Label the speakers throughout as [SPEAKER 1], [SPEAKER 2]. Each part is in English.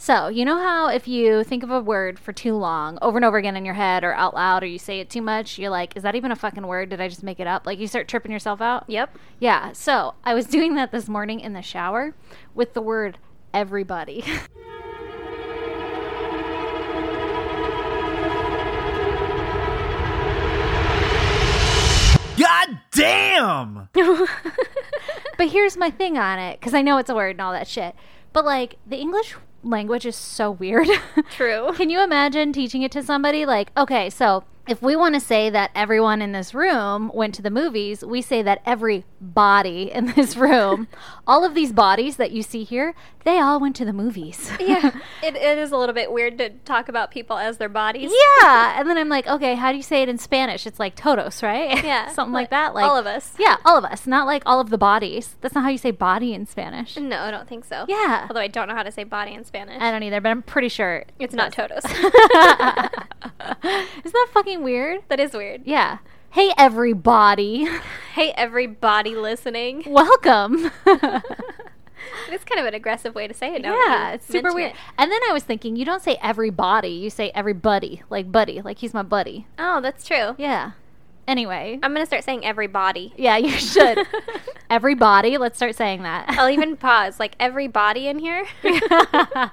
[SPEAKER 1] So, you know how if you think of a word for too long, over and over again in your head or out loud, or you say it too much, you're like, is that even a fucking word? Did I just make it up? Like, you start tripping yourself out?
[SPEAKER 2] Yep.
[SPEAKER 1] Yeah. So, I was doing that this morning in the shower with the word everybody.
[SPEAKER 3] God damn!
[SPEAKER 1] but here's my thing on it because I know it's a word and all that shit. But like the English language is so weird.
[SPEAKER 2] True.
[SPEAKER 1] Can you imagine teaching it to somebody? Like, okay, so if we want to say that everyone in this room went to the movies, we say that every body in this room, all of these bodies that you see here, they all went to the movies.
[SPEAKER 2] Yeah. it, it is a little bit weird to talk about people as their bodies.
[SPEAKER 1] Yeah, and then I'm like, okay, how do you say it in Spanish? It's like todos, right?
[SPEAKER 2] Yeah.
[SPEAKER 1] something like that. Like
[SPEAKER 2] all of us.
[SPEAKER 1] Yeah, all of us, not like all of the bodies. That's not how you say body in Spanish.
[SPEAKER 2] No, I don't think so.
[SPEAKER 1] Yeah.
[SPEAKER 2] Although I don't know how to say body in Spanish.
[SPEAKER 1] I don't either, but I'm pretty sure.
[SPEAKER 2] it's not totos.
[SPEAKER 1] Isn't that fucking weird?
[SPEAKER 2] that is weird.
[SPEAKER 1] Yeah. Hey, everybody.
[SPEAKER 2] Hey, everybody listening.
[SPEAKER 1] Welcome.
[SPEAKER 2] It's kind of an aggressive way to say it now. that
[SPEAKER 1] yeah,
[SPEAKER 2] you
[SPEAKER 1] it's super
[SPEAKER 2] mention
[SPEAKER 1] weird.
[SPEAKER 2] it.
[SPEAKER 1] And then I was thinking, you don't say everybody, you say everybody, like buddy, like he's my buddy.
[SPEAKER 2] Oh, that's true.
[SPEAKER 1] Yeah. Anyway.
[SPEAKER 2] I'm going to start saying everybody.
[SPEAKER 1] yeah, you should. everybody, let's start saying that.
[SPEAKER 2] I'll even pause. Like, everybody in here?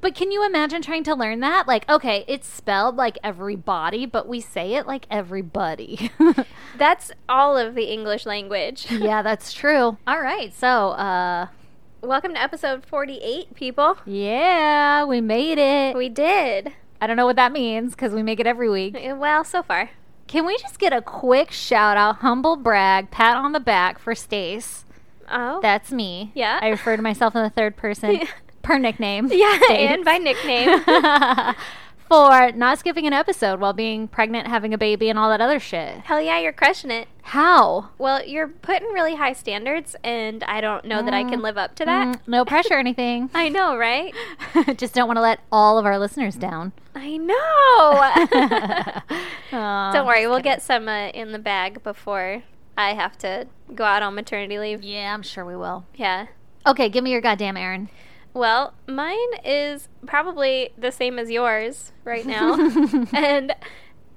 [SPEAKER 1] but can you imagine trying to learn that? Like, okay, it's spelled like everybody, but we say it like everybody.
[SPEAKER 2] That's all of the English language.
[SPEAKER 1] yeah, that's true. All right, so uh
[SPEAKER 2] Welcome to episode 48, people.
[SPEAKER 1] yeah, we made it.
[SPEAKER 2] We did.
[SPEAKER 1] I don't know what that means cuz we make it every week.
[SPEAKER 2] Well, so far.
[SPEAKER 1] Can we just get a quick shout out, humble brag, pat on the back for Stace?
[SPEAKER 2] Oh.
[SPEAKER 1] That's me.
[SPEAKER 2] Yeah.
[SPEAKER 1] I refer to myself in the third person per nickname.
[SPEAKER 2] yeah,
[SPEAKER 1] Stace.
[SPEAKER 2] and by nickname.
[SPEAKER 1] for not skipping an episode while being pregnant, having a baby, and all that other shit.
[SPEAKER 2] Hell yeah, you're crushing it.
[SPEAKER 1] How?
[SPEAKER 2] Well, you're putting really high standards, and I don't know that I can live up to that.
[SPEAKER 1] Mm, no pressure or anything.
[SPEAKER 2] I know, right?
[SPEAKER 1] Just don't want to let all of our listeners down.
[SPEAKER 2] I know.
[SPEAKER 1] Aw.
[SPEAKER 2] don't worry, we'll get some uh, in the bag before I have to go out on maternity leave.
[SPEAKER 1] Yeah, I'm sure we will.
[SPEAKER 2] Yeah.
[SPEAKER 1] Okay, give me your goddamn Aaron.
[SPEAKER 2] Well, mine is probably the same as yours right now. and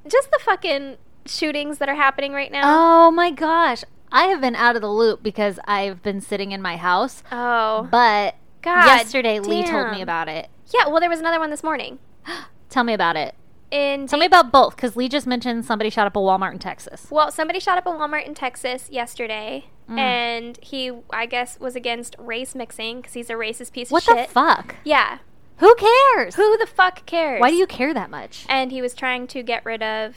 [SPEAKER 2] just the fucking shootings that are happening right now.
[SPEAKER 1] Oh my gosh. I have been out of the loop because I've been sitting in my house,
[SPEAKER 2] Oh.
[SPEAKER 1] but
[SPEAKER 2] God
[SPEAKER 1] yesterday Lee told
[SPEAKER 2] damn.
[SPEAKER 1] me about it.
[SPEAKER 2] Yeah, well, there was another one this morning.
[SPEAKER 1] Tell me about it.
[SPEAKER 2] In
[SPEAKER 1] Tell me about both because Lee just mentioned somebody shot up a Walmart in Texas.
[SPEAKER 2] Well, somebody shot up a Walmart in Texas yesterday,
[SPEAKER 1] Mm.
[SPEAKER 2] and he, I guess, was against race mixing because he's a racist piece
[SPEAKER 1] What
[SPEAKER 2] of
[SPEAKER 1] the
[SPEAKER 2] shit.
[SPEAKER 1] fuck?
[SPEAKER 2] Yeah.
[SPEAKER 1] Who cares?
[SPEAKER 2] Who the fuck cares?
[SPEAKER 1] Why do you care that much?
[SPEAKER 2] And he was trying to get rid of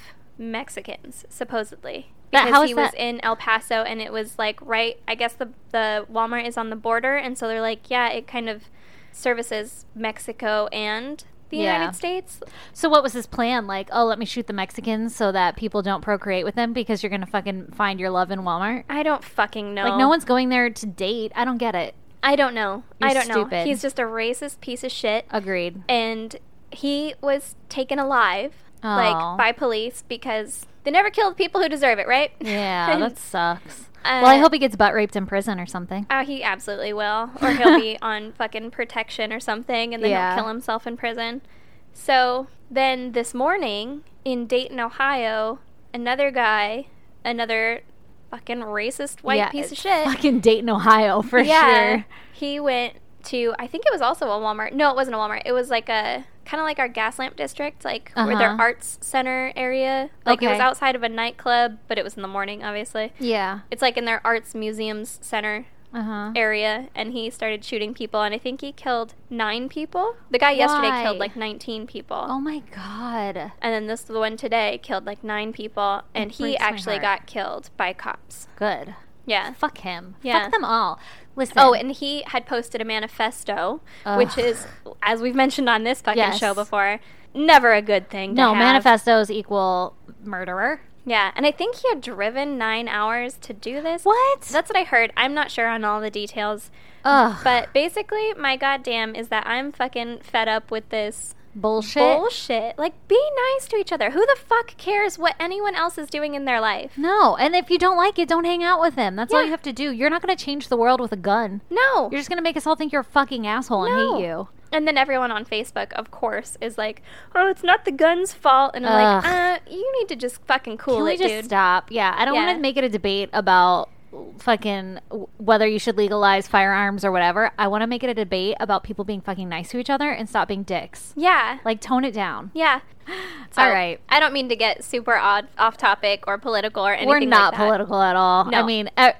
[SPEAKER 2] Mexicans, supposedly.
[SPEAKER 1] But
[SPEAKER 2] Because
[SPEAKER 1] how is
[SPEAKER 2] he was
[SPEAKER 1] that-
[SPEAKER 2] in El Paso, and it was like right. I guess the the Walmart is on the border, and so they're like, yeah, it kind of services Mexico and the
[SPEAKER 1] Yeah.
[SPEAKER 2] United States.
[SPEAKER 1] So what was his plan? Like, oh, let me shoot the Mexicans so that people don't procreate with them because you're gonna fucking find your love in Walmart.
[SPEAKER 2] I don't fucking know.
[SPEAKER 1] Like, no one's going there to date. I don't get it.
[SPEAKER 2] I don't know.
[SPEAKER 1] You're
[SPEAKER 2] I don't know.
[SPEAKER 1] stupid.
[SPEAKER 2] He's just a racist piece of shit.
[SPEAKER 1] Agreed.
[SPEAKER 2] and he was taken alive
[SPEAKER 1] Aw.
[SPEAKER 2] like by police because they never killed people who deserve it right
[SPEAKER 1] Yeah,
[SPEAKER 2] And,
[SPEAKER 1] that sucks.
[SPEAKER 2] uh,
[SPEAKER 1] well, I hope he gets butt raped in prison or something.
[SPEAKER 2] oh he absolutely will or he'll be on fucking protection or something and then
[SPEAKER 1] Yeah.
[SPEAKER 2] he'll kill himself in prison so then this morning in dayton ohio another guy another fucking racist white
[SPEAKER 1] Yeah,
[SPEAKER 2] piece of
[SPEAKER 1] it's
[SPEAKER 2] shit
[SPEAKER 1] Fucking Dayton, Ohio, for
[SPEAKER 2] yeah
[SPEAKER 1] sure.
[SPEAKER 2] he went to i think it was also a walmart no it wasn't a walmart it was like a kind of like our gas lamp district like where their
[SPEAKER 1] Uh-huh.
[SPEAKER 2] arts center area like it was
[SPEAKER 1] Okay.
[SPEAKER 2] outside of a nightclub but it was in the morning obviously
[SPEAKER 1] Yeah.
[SPEAKER 2] it's like in their arts museums center
[SPEAKER 1] Uh huh.
[SPEAKER 2] area and he started shooting people and i think he killed nine people the guy yesterday
[SPEAKER 1] Why?
[SPEAKER 2] killed like 19 people
[SPEAKER 1] Oh my god.
[SPEAKER 2] and then this the one today killed like nine people and he
[SPEAKER 1] breaks my
[SPEAKER 2] actually
[SPEAKER 1] heart.
[SPEAKER 2] got killed by cops
[SPEAKER 1] Good.
[SPEAKER 2] yeah
[SPEAKER 1] Fuck him.
[SPEAKER 2] Yeah.
[SPEAKER 1] Fuck them all. Listen.
[SPEAKER 2] Oh, and he had posted a manifesto, which
[SPEAKER 1] Ugh.
[SPEAKER 2] is, as we've mentioned on this fucking
[SPEAKER 1] Yes.
[SPEAKER 2] show before, never a good thing. To
[SPEAKER 1] no,
[SPEAKER 2] have.
[SPEAKER 1] manifestos equal murderer.
[SPEAKER 2] Yeah, and I think he had driven nine hours to do this.
[SPEAKER 1] What?
[SPEAKER 2] That's what I heard. I'm not sure on all the details,
[SPEAKER 1] Ugh.
[SPEAKER 2] but basically, my goddamn is that I'm fucking fed up with this
[SPEAKER 1] bullshit.
[SPEAKER 2] bullshit. Like, be nice to each other. Who the fuck cares what anyone else is doing in their life?
[SPEAKER 1] No, and if you don't like it, don't hang out with him. That's all
[SPEAKER 2] Yeah.
[SPEAKER 1] you have to do. You're not going to change the world with a gun.
[SPEAKER 2] No,
[SPEAKER 1] You're just going to make us all think you're a fucking asshole and
[SPEAKER 2] No.
[SPEAKER 1] hate you.
[SPEAKER 2] And then everyone on Facebook, of course, is like, "Oh, it's not the gun's fault," and I'm like, "Uh, you need to just fucking cool
[SPEAKER 1] Can we
[SPEAKER 2] it,
[SPEAKER 1] just
[SPEAKER 2] dude."
[SPEAKER 1] stop? Yeah, I don't want
[SPEAKER 2] Yeah.
[SPEAKER 1] to make it a debate about fucking w- whether you should legalize firearms or whatever. I want to make it a debate about people being fucking nice to each other and stop being dicks.
[SPEAKER 2] Yeah,
[SPEAKER 1] Like tone it down.
[SPEAKER 2] yeah.
[SPEAKER 1] All right.
[SPEAKER 2] I don't mean to get super odd, off topic or political or anything.
[SPEAKER 1] We're
[SPEAKER 2] like
[SPEAKER 1] not
[SPEAKER 2] that.
[SPEAKER 1] political at all. I
[SPEAKER 2] No.
[SPEAKER 1] mean, uh,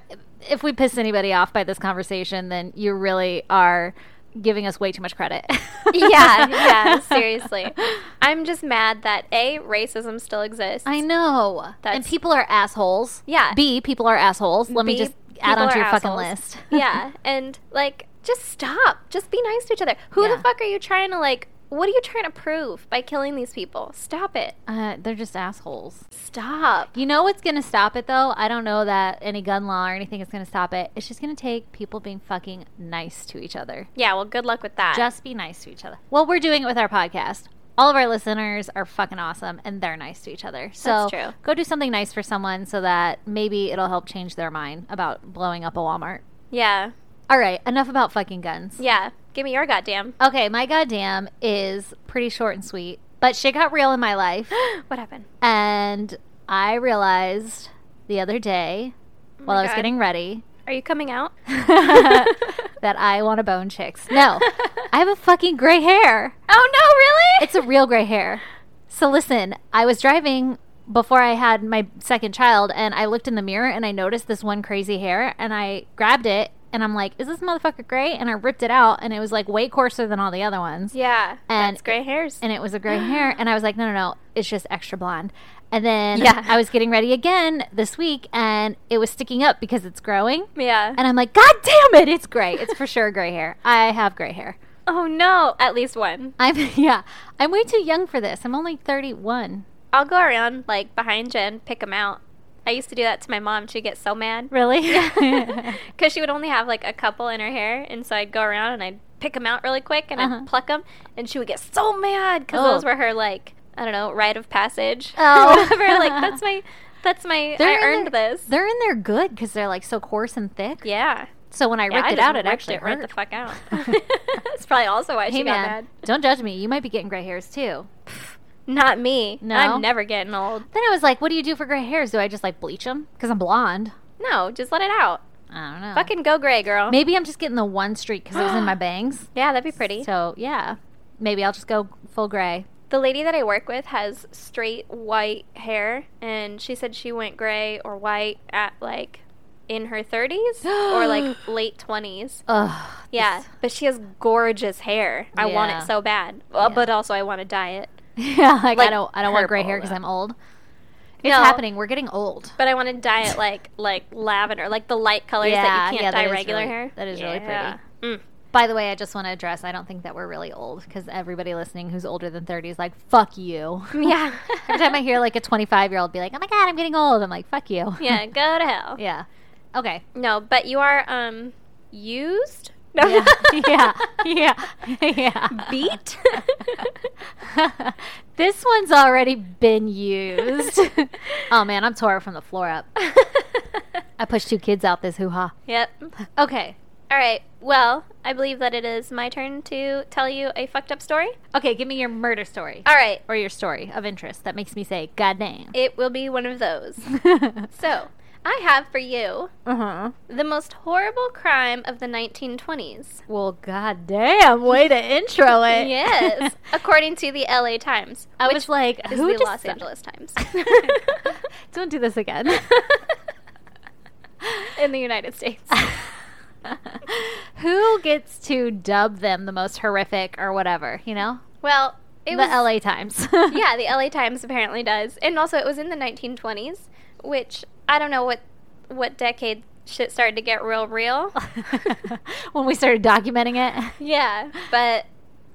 [SPEAKER 1] if we piss anybody off by this conversation, then you really are giving us way too much credit.
[SPEAKER 2] yeah, yeah, seriously. I'm just mad that A, racism still exists.
[SPEAKER 1] I know. and
[SPEAKER 2] That's-
[SPEAKER 1] people are assholes.
[SPEAKER 2] Yeah.
[SPEAKER 1] B, people are assholes. Let me
[SPEAKER 2] B,
[SPEAKER 1] just add
[SPEAKER 2] people
[SPEAKER 1] on to
[SPEAKER 2] are
[SPEAKER 1] your fucking
[SPEAKER 2] assholes.
[SPEAKER 1] list.
[SPEAKER 2] yeah, and like, just stop. Just be nice to each other. Who
[SPEAKER 1] Yeah.
[SPEAKER 2] the fuck are you trying to like? What are you trying to prove by killing these people? Stop it.
[SPEAKER 1] Uh, they're just assholes.
[SPEAKER 2] Stop.
[SPEAKER 1] You know what's going to stop it, though? I don't know that any gun law or anything is going to stop it. It's just going to take people being fucking nice to each other.
[SPEAKER 2] Yeah. Well, good luck with that.
[SPEAKER 1] Just be nice to each other. Well, we're doing it with our podcast. All of our listeners are fucking awesome and they're nice to each other. So
[SPEAKER 2] That's true.
[SPEAKER 1] go do something nice for someone so that maybe it'll help change their mind about blowing up a Walmart.
[SPEAKER 2] yeah.
[SPEAKER 1] All right, enough about fucking guns.
[SPEAKER 2] Yeah. Give me your goddamn.
[SPEAKER 1] Okay, my goddamn is pretty short and sweet, but shit got real in my life.
[SPEAKER 2] What happened?
[SPEAKER 1] And I realized the other day while I was
[SPEAKER 2] Oh God.
[SPEAKER 1] getting ready
[SPEAKER 2] Are you coming out? Oh,
[SPEAKER 1] that I want to bone chicks. No, I have a fucking gray hair.
[SPEAKER 2] Oh no! Really?
[SPEAKER 1] It's a real gray hair. So listen, I was driving before I had my second child and I looked in the mirror and I noticed this one crazy hair and I grabbed it and I'm like, is this motherfucker gray? And I ripped it out and it was like way coarser than all the other ones.
[SPEAKER 2] yeah.
[SPEAKER 1] And-
[SPEAKER 2] that's gray hairs.
[SPEAKER 1] and it was a gray hair and i was like no no no it's just extra blonde and then
[SPEAKER 2] Yeah.
[SPEAKER 1] i was getting ready again this week and it was sticking up because it's growing
[SPEAKER 2] yeah.
[SPEAKER 1] and i'm like god damn it it's gray it's for sure gray hair i have gray hair
[SPEAKER 2] oh no! At least one.
[SPEAKER 1] i'm yeah i'm way too young for this i'm only 31
[SPEAKER 2] I'll go around like behind you and pick them out. I used to do that to my mom. She'd get so mad
[SPEAKER 1] really
[SPEAKER 2] because she would only have like a couple in her hair, and so I'd go around and I'd pick them out really quick and
[SPEAKER 1] Uh-huh.
[SPEAKER 2] I'd pluck them, and she would get so mad because
[SPEAKER 1] Oh.
[SPEAKER 2] those were her like I don't know rite of passage.
[SPEAKER 1] Oh.
[SPEAKER 2] whatever. like that's my that's my
[SPEAKER 1] They're
[SPEAKER 2] I
[SPEAKER 1] in
[SPEAKER 2] earned
[SPEAKER 1] their-
[SPEAKER 2] this.
[SPEAKER 1] they're in there good because they're like so coarse and thick
[SPEAKER 2] Yeah,
[SPEAKER 1] so when i
[SPEAKER 2] Yeah,
[SPEAKER 1] ripped
[SPEAKER 2] I
[SPEAKER 1] it
[SPEAKER 2] just
[SPEAKER 1] out it
[SPEAKER 2] ripped
[SPEAKER 1] actually
[SPEAKER 2] it right
[SPEAKER 1] hurt
[SPEAKER 2] the fuck out. that's probably also why
[SPEAKER 1] hey
[SPEAKER 2] she got
[SPEAKER 1] man
[SPEAKER 2] mad.
[SPEAKER 1] don't judge me you might be getting gray hairs too
[SPEAKER 2] Not me.
[SPEAKER 1] No?
[SPEAKER 2] I'm never getting old.
[SPEAKER 1] then i was like what do you do for gray hairs do i just like bleach them because i'm blonde
[SPEAKER 2] No, just let it out.
[SPEAKER 1] I don't know.
[SPEAKER 2] Fucking go gray, girl.
[SPEAKER 1] Oh. Maybe I'm just getting the one streak because it was in my bangs.
[SPEAKER 2] yeah, that'd be pretty.
[SPEAKER 1] So yeah, maybe I'll just go full gray.
[SPEAKER 2] The lady that I work with has straight white hair, and she said she went gray or white at like in her 30s or like late 20s.
[SPEAKER 1] Ugh.
[SPEAKER 2] Yeah, but she has gorgeous hair. I want
[SPEAKER 1] Yeah.
[SPEAKER 2] it so bad, well,
[SPEAKER 1] Yeah.
[SPEAKER 2] but also I want to dye it.
[SPEAKER 1] yeah. Like, I
[SPEAKER 2] Like
[SPEAKER 1] don't. I don't want gray
[SPEAKER 2] purple,
[SPEAKER 1] hair because
[SPEAKER 2] though.
[SPEAKER 1] I'm old. It's
[SPEAKER 2] No.
[SPEAKER 1] happening. We're getting old.
[SPEAKER 2] But I want to dye it like like lavender, like the light colors
[SPEAKER 1] Yeah,
[SPEAKER 2] that you
[SPEAKER 1] yeah,
[SPEAKER 2] can't
[SPEAKER 1] that
[SPEAKER 2] dye
[SPEAKER 1] is
[SPEAKER 2] regular
[SPEAKER 1] really-
[SPEAKER 2] hair.
[SPEAKER 1] that is really pretty.
[SPEAKER 2] pretty. Mm.
[SPEAKER 1] By the way, I just want to address. I don't think that we're really old because everybody listening who's older than thirty is like, "Fuck you."
[SPEAKER 2] Mm. Yeah.
[SPEAKER 1] Every time I hear like a 25 year old be like, "Oh my god, I'm getting old," I'm like, "Fuck you."
[SPEAKER 2] yeah, go to hell.
[SPEAKER 1] yeah. Okay.
[SPEAKER 2] No, but you are um used. No.
[SPEAKER 1] Yeah. yeah. Yeah. Yeah.
[SPEAKER 2] Beat?
[SPEAKER 1] this one's already been used. oh man, I'm tore from the floor up. I pushed two kids out this hoo ha.
[SPEAKER 2] yep.
[SPEAKER 1] Okay.
[SPEAKER 2] All right. Well, I believe that it is my turn to tell you a fucked up story.
[SPEAKER 1] Okay, give me your murder story.
[SPEAKER 2] All right.
[SPEAKER 1] Or your story of interest that makes me say, God damn.
[SPEAKER 2] It will be one of those. so, I have for you
[SPEAKER 1] uh-huh.
[SPEAKER 2] the most horrible crime of the 1920s.
[SPEAKER 1] Well, god damn, way to intro it.
[SPEAKER 2] Yes, according to the LA Times.
[SPEAKER 1] I was like,
[SPEAKER 2] Is
[SPEAKER 1] who
[SPEAKER 2] the
[SPEAKER 1] just
[SPEAKER 2] Los Angeles Times
[SPEAKER 1] Don't do this again.
[SPEAKER 2] in the United States?
[SPEAKER 1] who gets to dub them the most horrific or whatever, you know?
[SPEAKER 2] Well, it
[SPEAKER 1] the
[SPEAKER 2] was
[SPEAKER 1] LA Times.
[SPEAKER 2] yeah, the LA Times apparently does. And also it was in the 1920s, which I don't know what what decade shit started to get real real.
[SPEAKER 1] when we started documenting it,
[SPEAKER 2] yeah, but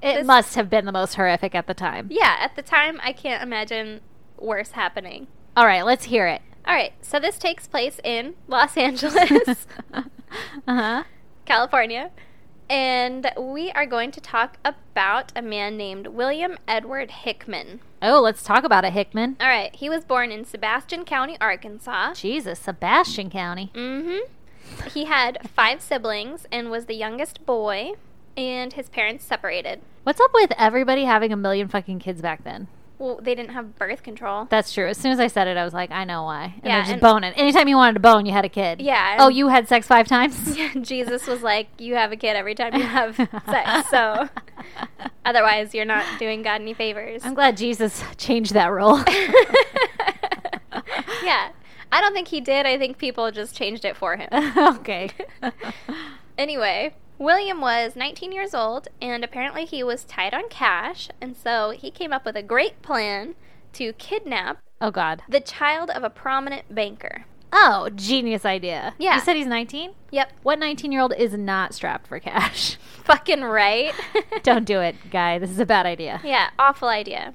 [SPEAKER 1] it
[SPEAKER 2] This-
[SPEAKER 1] must have been the most horrific at the time.
[SPEAKER 2] yeah, at the time I can't imagine worse happening.
[SPEAKER 1] All right, let's hear it.
[SPEAKER 2] All right, so this takes place in Los Angeles,
[SPEAKER 1] uh-huh.
[SPEAKER 2] California, and we are going to talk about a man named William Edward Hickman.
[SPEAKER 1] Oh, let's talk about it, Hickman.
[SPEAKER 2] All right, he was born in Sebastian County, Arkansas.
[SPEAKER 1] Jesus, Sebastian County.
[SPEAKER 2] Mm-hmm. He had five siblings and was the youngest boy. and his parents separated.
[SPEAKER 1] What's up with everybody having a million fucking kids back then?
[SPEAKER 2] Well, they didn't have birth control.
[SPEAKER 1] That's true. As soon as I said it, I was like, I know why. And
[SPEAKER 2] Yeah,
[SPEAKER 1] they're just
[SPEAKER 2] and-
[SPEAKER 1] boning. Anytime you wanted to bone, you had a kid.
[SPEAKER 2] Yeah,
[SPEAKER 1] Oh,
[SPEAKER 2] and-
[SPEAKER 1] you had sex five times?
[SPEAKER 2] Jesus was like, "You have a kid every time you have sex, so otherwise you're not doing God any favors."
[SPEAKER 1] I'm glad Jesus changed that rule.
[SPEAKER 2] yeah, I don't think he did. I think people just changed it for him.
[SPEAKER 1] okay.
[SPEAKER 2] Anyway, William was 19 years old, and apparently he was tight on cash, and so he came up with a great plan to kidnap
[SPEAKER 1] Oh, God.
[SPEAKER 2] the child of a prominent banker.
[SPEAKER 1] Oh, genius idea.
[SPEAKER 2] Yeah.
[SPEAKER 1] You said he's 19?
[SPEAKER 2] Yep,
[SPEAKER 1] What 19 year old is not strapped for cash?
[SPEAKER 2] fucking right.
[SPEAKER 1] Don't do it, guy. This is a bad idea.
[SPEAKER 2] Yeah, awful idea.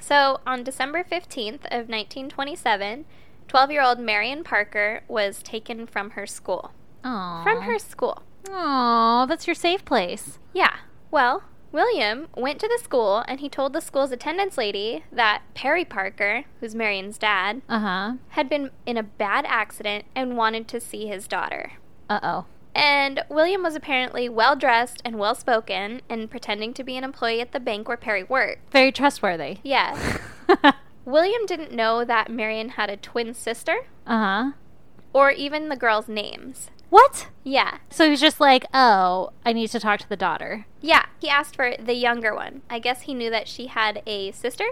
[SPEAKER 2] So, on December 15th of 1927, 12-year-old Marion Parker was taken from her school.
[SPEAKER 1] Aww.
[SPEAKER 2] From her school.
[SPEAKER 1] Aw, that's your safe place.
[SPEAKER 2] Yeah. Well, William went to the school and he told the school's attendance lady that Perry Parker, who's Marion's dad,
[SPEAKER 1] Uh huh.
[SPEAKER 2] had been in a bad accident and wanted to see his daughter.
[SPEAKER 1] Uh oh.
[SPEAKER 2] And William was apparently well dressed and well spoken and pretending to be an employee at the bank where Perry worked.
[SPEAKER 1] Very trustworthy.
[SPEAKER 2] Yeah.
[SPEAKER 1] uh
[SPEAKER 2] William didn't know that Marion had a twin sister
[SPEAKER 1] huh.
[SPEAKER 2] or even the girls' names.
[SPEAKER 1] What?
[SPEAKER 2] Yeah.
[SPEAKER 1] So he's just like, oh, I need to talk to the daughter.
[SPEAKER 2] Yeah. He asked for the younger one. I guess he knew that she had a sister,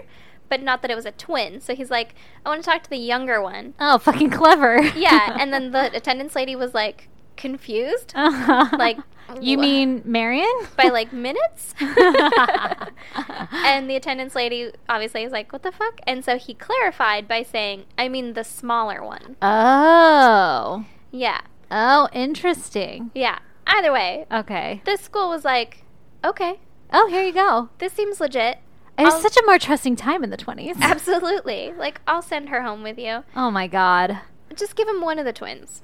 [SPEAKER 2] but not that it was a twin. So he's like, I want to talk to the younger one.
[SPEAKER 1] Oh, fucking clever.
[SPEAKER 2] Yeah. and then the attendance lady was like confused
[SPEAKER 1] Uh-huh.
[SPEAKER 2] Like,
[SPEAKER 1] you
[SPEAKER 2] wha-
[SPEAKER 1] mean Marion?
[SPEAKER 2] by like minutes. and the attendance lady obviously is like, What the fuck? And so he clarified by saying, I mean the smaller one.
[SPEAKER 1] oh.
[SPEAKER 2] Yeah.
[SPEAKER 1] Oh, interesting.
[SPEAKER 2] Yeah. Either way,
[SPEAKER 1] Okay.
[SPEAKER 2] this school was like, Okay,
[SPEAKER 1] Oh, here you go.
[SPEAKER 2] this seems legit.
[SPEAKER 1] It was
[SPEAKER 2] I'll-
[SPEAKER 1] such a more trusting time in the 20s.
[SPEAKER 2] Absolutely. Like, I'll send her home with you.
[SPEAKER 1] Oh my god.
[SPEAKER 2] Just give him one of the twins.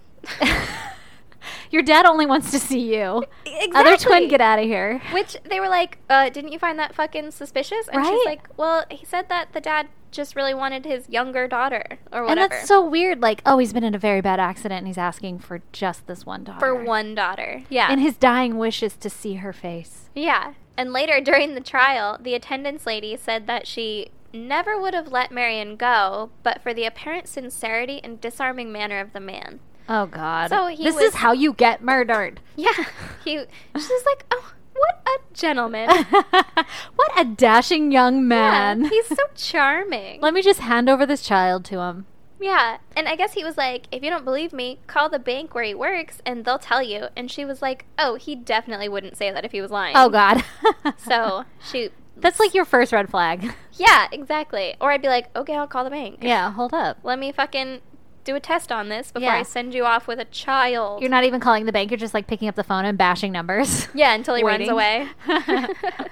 [SPEAKER 1] Your dad only wants to see you.
[SPEAKER 2] exactly.
[SPEAKER 1] Other twin, get out of here.
[SPEAKER 2] Which they were like, uh, didn't you find that fucking suspicious? And
[SPEAKER 1] Right?
[SPEAKER 2] she's like, well, he said that the dad just really wanted his younger daughter or
[SPEAKER 1] And
[SPEAKER 2] whatever.
[SPEAKER 1] that's so weird. Like, oh, he's been in a very bad accident and he's asking for just this one daughter.
[SPEAKER 2] for one daughter. Yeah.
[SPEAKER 1] And his dying wish is to see her face.
[SPEAKER 2] yeah. And later during the trial, the attendance lady said that she never would have let Marion go, but for the apparent sincerity and disarming manner of the man.
[SPEAKER 1] Oh god.
[SPEAKER 2] So he
[SPEAKER 1] this
[SPEAKER 2] was-
[SPEAKER 1] is how you get murdered.
[SPEAKER 2] Yeah. He, she's just like, oh, what a gentleman.
[SPEAKER 1] what a dashing young
[SPEAKER 2] Yeah,
[SPEAKER 1] man.
[SPEAKER 2] he's so charming.
[SPEAKER 1] Let me just hand over this child to him.
[SPEAKER 2] Yeah, and I guess he was like, if you don't believe me, call the bank where he works and they'll tell you. And she was like, oh, he definitely wouldn't say that if he was lying.
[SPEAKER 1] Oh god.
[SPEAKER 2] So she,
[SPEAKER 1] that's like your first red flag.
[SPEAKER 2] yeah, exactly. Or I'd be like, okay, I'll call the bank.
[SPEAKER 1] Yeah, hold up.
[SPEAKER 2] Let me fucking do a test on this before
[SPEAKER 1] Yeah.
[SPEAKER 2] I send you off with a child.
[SPEAKER 1] You're not even calling the bank. You're just like picking up the phone and bashing numbers.
[SPEAKER 2] yeah, until he
[SPEAKER 1] Waiting.
[SPEAKER 2] runs away.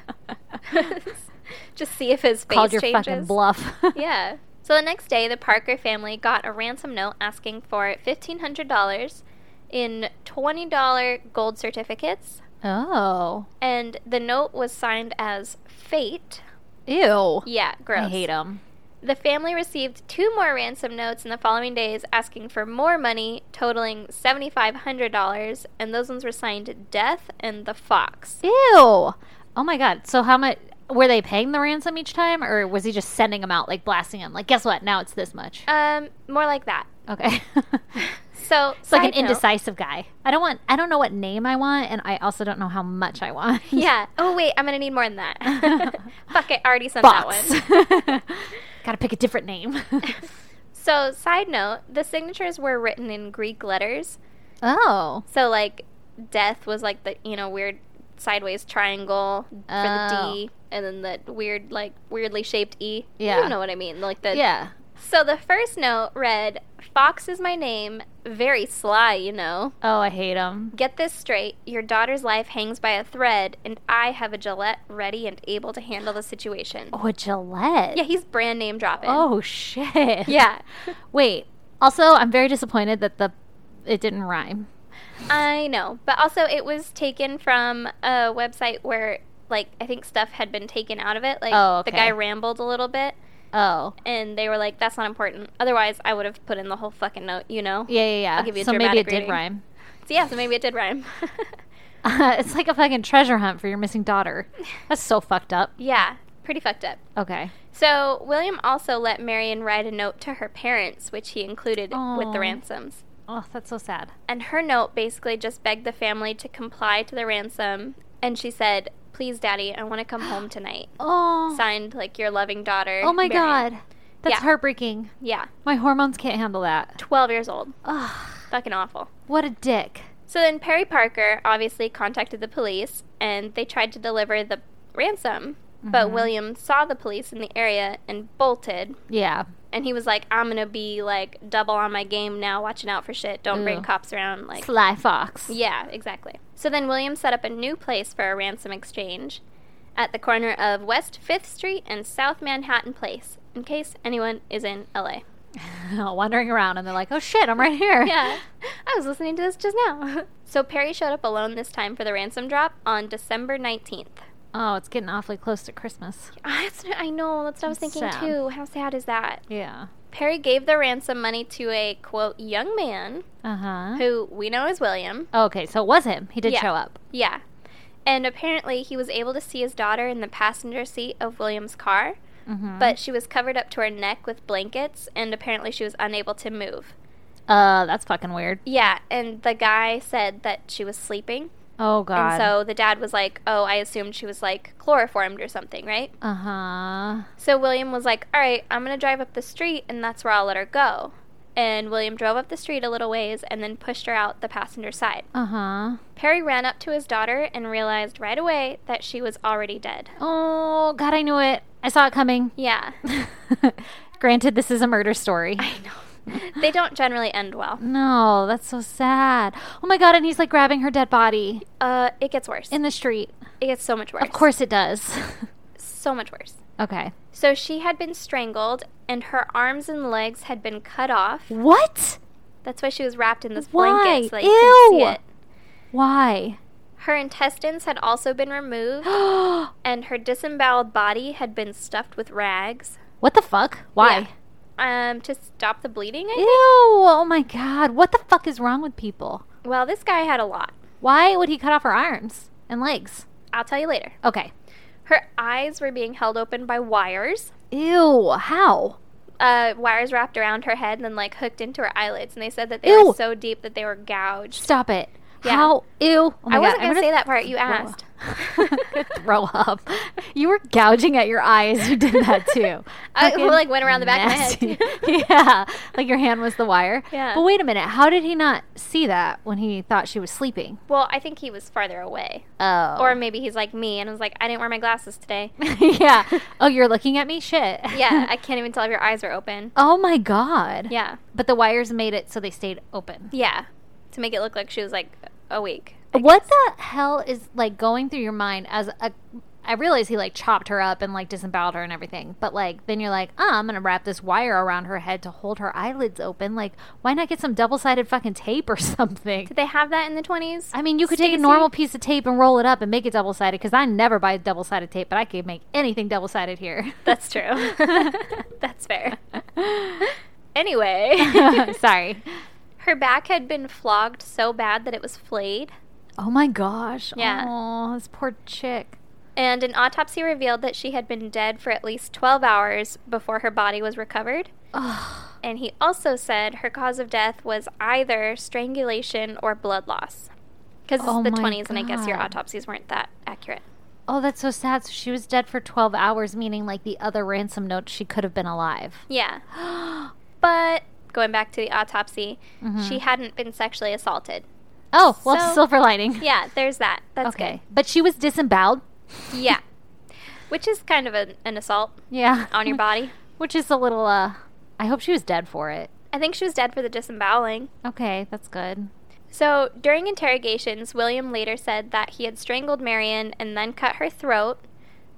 [SPEAKER 2] Just see if his face
[SPEAKER 1] Called your
[SPEAKER 2] changes.
[SPEAKER 1] fucking bluff.
[SPEAKER 2] yeah. So the next day, the Parker family got a ransom note asking for $1,500 in $20 gold certificates,
[SPEAKER 1] Oh.
[SPEAKER 2] and the note was signed as Fate.
[SPEAKER 1] Ew.
[SPEAKER 2] Yeah, gross.
[SPEAKER 1] I hate him.
[SPEAKER 2] The family received two more ransom notes in the following days asking for more money, totaling $7,500, and those ones were signed Death and the Fox.
[SPEAKER 1] Ew. Oh my god. So how much were they paying the ransom each time or was he just sending them out like blasting them? Like guess what? Now it's this much.
[SPEAKER 2] Um, more like that.
[SPEAKER 1] Okay.
[SPEAKER 2] So
[SPEAKER 1] It's like an
[SPEAKER 2] side note-
[SPEAKER 1] indecisive guy. I don't want I don't know what name I want and I also don't know how much I want.
[SPEAKER 2] Yeah. Oh wait, I'm gonna need more than that. Fuck it, I already sent that
[SPEAKER 1] Box.
[SPEAKER 2] one.
[SPEAKER 1] Got to pick a different name.
[SPEAKER 2] So, side note, the signatures were written in Greek letters.
[SPEAKER 1] oh.
[SPEAKER 2] So, like, death was like the, you know, weird sideways triangle for
[SPEAKER 1] Oh.
[SPEAKER 2] the D, and then the weird, like, weirdly shaped E.
[SPEAKER 1] Yeah.
[SPEAKER 2] You know what I mean. Like, the.
[SPEAKER 1] Yeah.
[SPEAKER 2] So, the first note read, Fox is my name, very sly, you know.
[SPEAKER 1] Oh, I hate him.
[SPEAKER 2] Get this straight. Your daughter's life hangs by a thread, and I have a Gillette ready and able to handle the situation.
[SPEAKER 1] Oh, a Gillette.
[SPEAKER 2] Yeah, he's brand name dropping.
[SPEAKER 1] Oh shit.
[SPEAKER 2] Yeah.
[SPEAKER 1] Wait. Also, I'm very disappointed that the it didn't rhyme.
[SPEAKER 2] I know, but also it was taken from a website where, like, I think stuff had been taken out of it. Like,
[SPEAKER 1] Oh,
[SPEAKER 2] the
[SPEAKER 1] okay.
[SPEAKER 2] guy rambled a little bit,
[SPEAKER 1] Oh.
[SPEAKER 2] and they were like, "That's not important." Otherwise, I would have put in the whole fucking note, you know?
[SPEAKER 1] Yeah, yeah, yeah.
[SPEAKER 2] I'll give you a
[SPEAKER 1] so maybe
[SPEAKER 2] dramatic
[SPEAKER 1] it did
[SPEAKER 2] reading.
[SPEAKER 1] rhyme.
[SPEAKER 2] So yeah, so maybe it did rhyme.
[SPEAKER 1] it's like a fucking treasure hunt for your missing daughter. That's so fucked up.
[SPEAKER 2] Yeah, pretty fucked up.
[SPEAKER 1] Okay.
[SPEAKER 2] So, William also let Marion write a note to her parents, which he included with
[SPEAKER 1] Aw.
[SPEAKER 2] the ransoms.
[SPEAKER 1] Oh, that's so sad.
[SPEAKER 2] And her note basically just begged the family to comply to the ransom. And she said, Please, Daddy, I want to come home tonight.
[SPEAKER 1] Oh.
[SPEAKER 2] Signed, like, your loving daughter.
[SPEAKER 1] Oh my
[SPEAKER 2] Marion.
[SPEAKER 1] god. That's
[SPEAKER 2] Yeah.
[SPEAKER 1] heartbreaking.
[SPEAKER 2] Yeah,
[SPEAKER 1] My hormones can't handle that.
[SPEAKER 2] 12 years old.
[SPEAKER 1] Ugh,
[SPEAKER 2] Fucking awful.
[SPEAKER 1] what a dick.
[SPEAKER 2] So then Perry Parker obviously contacted the police and they tried to deliver the ransom. But
[SPEAKER 1] Mm-hmm.
[SPEAKER 2] William saw the police in the area and bolted.
[SPEAKER 1] Yeah.
[SPEAKER 2] And he was like, I'm going to be like double on my game now, watching out for shit. Don't bring
[SPEAKER 1] Ugh.
[SPEAKER 2] cops around. Like,
[SPEAKER 1] Sly Fox.
[SPEAKER 2] yeah, exactly. So then William set up a new place for a ransom exchange at the corner of West 5th Street and South Manhattan Place, in case anyone is in LA.
[SPEAKER 1] Wandering around and they're like, oh shit, I'm right here.
[SPEAKER 2] yeah. I was listening to this just now. so Perry showed up alone this time for the ransom drop on December 19th.
[SPEAKER 1] Oh, it's getting awfully close to Christmas.
[SPEAKER 2] Ah, that's not- I know, that's what I was thinking
[SPEAKER 1] Sad.
[SPEAKER 2] too. How sad is that?
[SPEAKER 1] Yeah.
[SPEAKER 2] Perry gave the ransom money to a, quote, young man
[SPEAKER 1] Uh huh.
[SPEAKER 2] who we know is William.
[SPEAKER 1] Okay, so it was him. He did
[SPEAKER 2] Yeah.
[SPEAKER 1] show up.
[SPEAKER 2] Yeah. And apparently he was able to see his daughter in the passenger seat of William's car,
[SPEAKER 1] Mhm.
[SPEAKER 2] but she was covered up to her neck with blankets, and apparently she was unable to move.
[SPEAKER 1] Uh, that's fucking weird.
[SPEAKER 2] Yeah, and the guy said that she was sleeping.
[SPEAKER 1] Oh god.
[SPEAKER 2] And so the dad was like, "Oh, I assumed she was like chloroformed or something, right?"
[SPEAKER 1] Uh huh.
[SPEAKER 2] So William was like, "All right, I'm going to drive up the street and that's where I'll let her go." And William drove up the street a little ways and then pushed her out the passenger side.
[SPEAKER 1] Uh huh.
[SPEAKER 2] Perry ran up to his daughter and realized right away that she was already dead.
[SPEAKER 1] Oh god, I knew it. I saw it coming.
[SPEAKER 2] Yeah.
[SPEAKER 1] Granted, this is a murder story.
[SPEAKER 2] I know. they don't generally end well.
[SPEAKER 1] No, that's so sad. Oh my god, and he's like grabbing her dead body
[SPEAKER 2] Uh, it gets worse.
[SPEAKER 1] in the street.
[SPEAKER 2] it gets so much worse.
[SPEAKER 1] Of course it does.
[SPEAKER 2] So much worse.
[SPEAKER 1] okay.
[SPEAKER 2] So she had been strangled and her arms and legs had been cut off.
[SPEAKER 1] What?
[SPEAKER 2] That's why she was wrapped in this
[SPEAKER 1] Why?
[SPEAKER 2] blanket so that you
[SPEAKER 1] Ew.
[SPEAKER 2] couldn't see it.
[SPEAKER 1] Why?
[SPEAKER 2] Her intestines had also been removed,
[SPEAKER 1] what
[SPEAKER 2] and her disemboweled body had been stuffed with rags.
[SPEAKER 1] the fuck? Why?
[SPEAKER 2] Um, to stop the bleeding. I
[SPEAKER 1] Ew. Oh my god. What the fuck is wrong with people?
[SPEAKER 2] Well, this guy had a lot.
[SPEAKER 1] Why would he cut off her arms and legs?
[SPEAKER 2] I'll tell you later.
[SPEAKER 1] Okay.
[SPEAKER 2] Her eyes were being held open by wires.
[SPEAKER 1] Ew. How?
[SPEAKER 2] Uh, wires wrapped around her head and then like hooked into her eyelids, and they said that they
[SPEAKER 1] Ew.
[SPEAKER 2] were so deep that they were gouged.
[SPEAKER 1] Stop it.
[SPEAKER 2] Yeah.
[SPEAKER 1] How? Ew. Oh my
[SPEAKER 2] I wasn't
[SPEAKER 1] God. I'm
[SPEAKER 2] gonna, say
[SPEAKER 1] gonna
[SPEAKER 2] that part. You asked.
[SPEAKER 1] Throw up. You were gouging at your eye as you did that too.
[SPEAKER 2] I
[SPEAKER 1] Fucking
[SPEAKER 2] like went around the back of my head.
[SPEAKER 1] nasty. yeah, like your hand was the wire.
[SPEAKER 2] Yeah.
[SPEAKER 1] But wait a minute. How did he not see that when he thought she was sleeping?
[SPEAKER 2] well, I think he was farther away,
[SPEAKER 1] Oh.
[SPEAKER 2] or maybe he's like me and was like, I didn't wear my glasses today.
[SPEAKER 1] yeah. Oh, you're looking at me. Shit.
[SPEAKER 2] yeah, I can't even tell if your eyes are open.
[SPEAKER 1] oh my god.
[SPEAKER 2] Yeah,
[SPEAKER 1] But the wires made it so they stayed open.
[SPEAKER 2] yeah, to make it look like she was like awake.
[SPEAKER 1] What the hell is like going through your mind as a? I realize he like chopped her up and like disemboweled her and everything, but like then you're like, oh, I'm gonna wrap this wire around her head to hold her eyelids open. Like, why not get some double sided fucking tape or something?
[SPEAKER 2] Did they have that in the twenties?
[SPEAKER 1] I mean, you could take a
[SPEAKER 2] Stacey?
[SPEAKER 1] normal piece of tape and roll it up and make it double sided because I never buy double sided tape, but I could make anything double sided here.
[SPEAKER 2] That's true. That's fair. Anyway,
[SPEAKER 1] Sorry.
[SPEAKER 2] her back had been flogged so bad that it was flayed,
[SPEAKER 1] Oh my gosh.
[SPEAKER 2] Yeah.
[SPEAKER 1] Aw, this poor chick.
[SPEAKER 2] and an autopsy revealed that she had been dead for at least 12 hours before her body was recovered.
[SPEAKER 1] Ugh.
[SPEAKER 2] And he also said her cause of death was either strangulation or blood loss. Because this
[SPEAKER 1] Oh
[SPEAKER 2] is the
[SPEAKER 1] my
[SPEAKER 2] 20s, and I guess your
[SPEAKER 1] God.
[SPEAKER 2] autopsies weren't that accurate.
[SPEAKER 1] Oh, that's so sad. So she was dead for 12 hours, meaning like the other ransom note, she could have been alive.
[SPEAKER 2] Yeah. but going back to the autopsy,
[SPEAKER 1] Mm-hmm.
[SPEAKER 2] she hadn't been sexually assaulted.
[SPEAKER 1] Oh, well, it's
[SPEAKER 2] So-
[SPEAKER 1] a silver lining.
[SPEAKER 2] Yeah, there's that. That's
[SPEAKER 1] okay. But she was disemboweled.
[SPEAKER 2] good. Yeah. Which is kind of an, an assault
[SPEAKER 1] Yeah.
[SPEAKER 2] on your body.
[SPEAKER 1] Which is a little, uh, I hope she was dead for it.
[SPEAKER 2] I think she was dead for the disemboweling.
[SPEAKER 1] Okay, that's good.
[SPEAKER 2] So, during interrogations, William later said that he had strangled Marion and then cut her throat,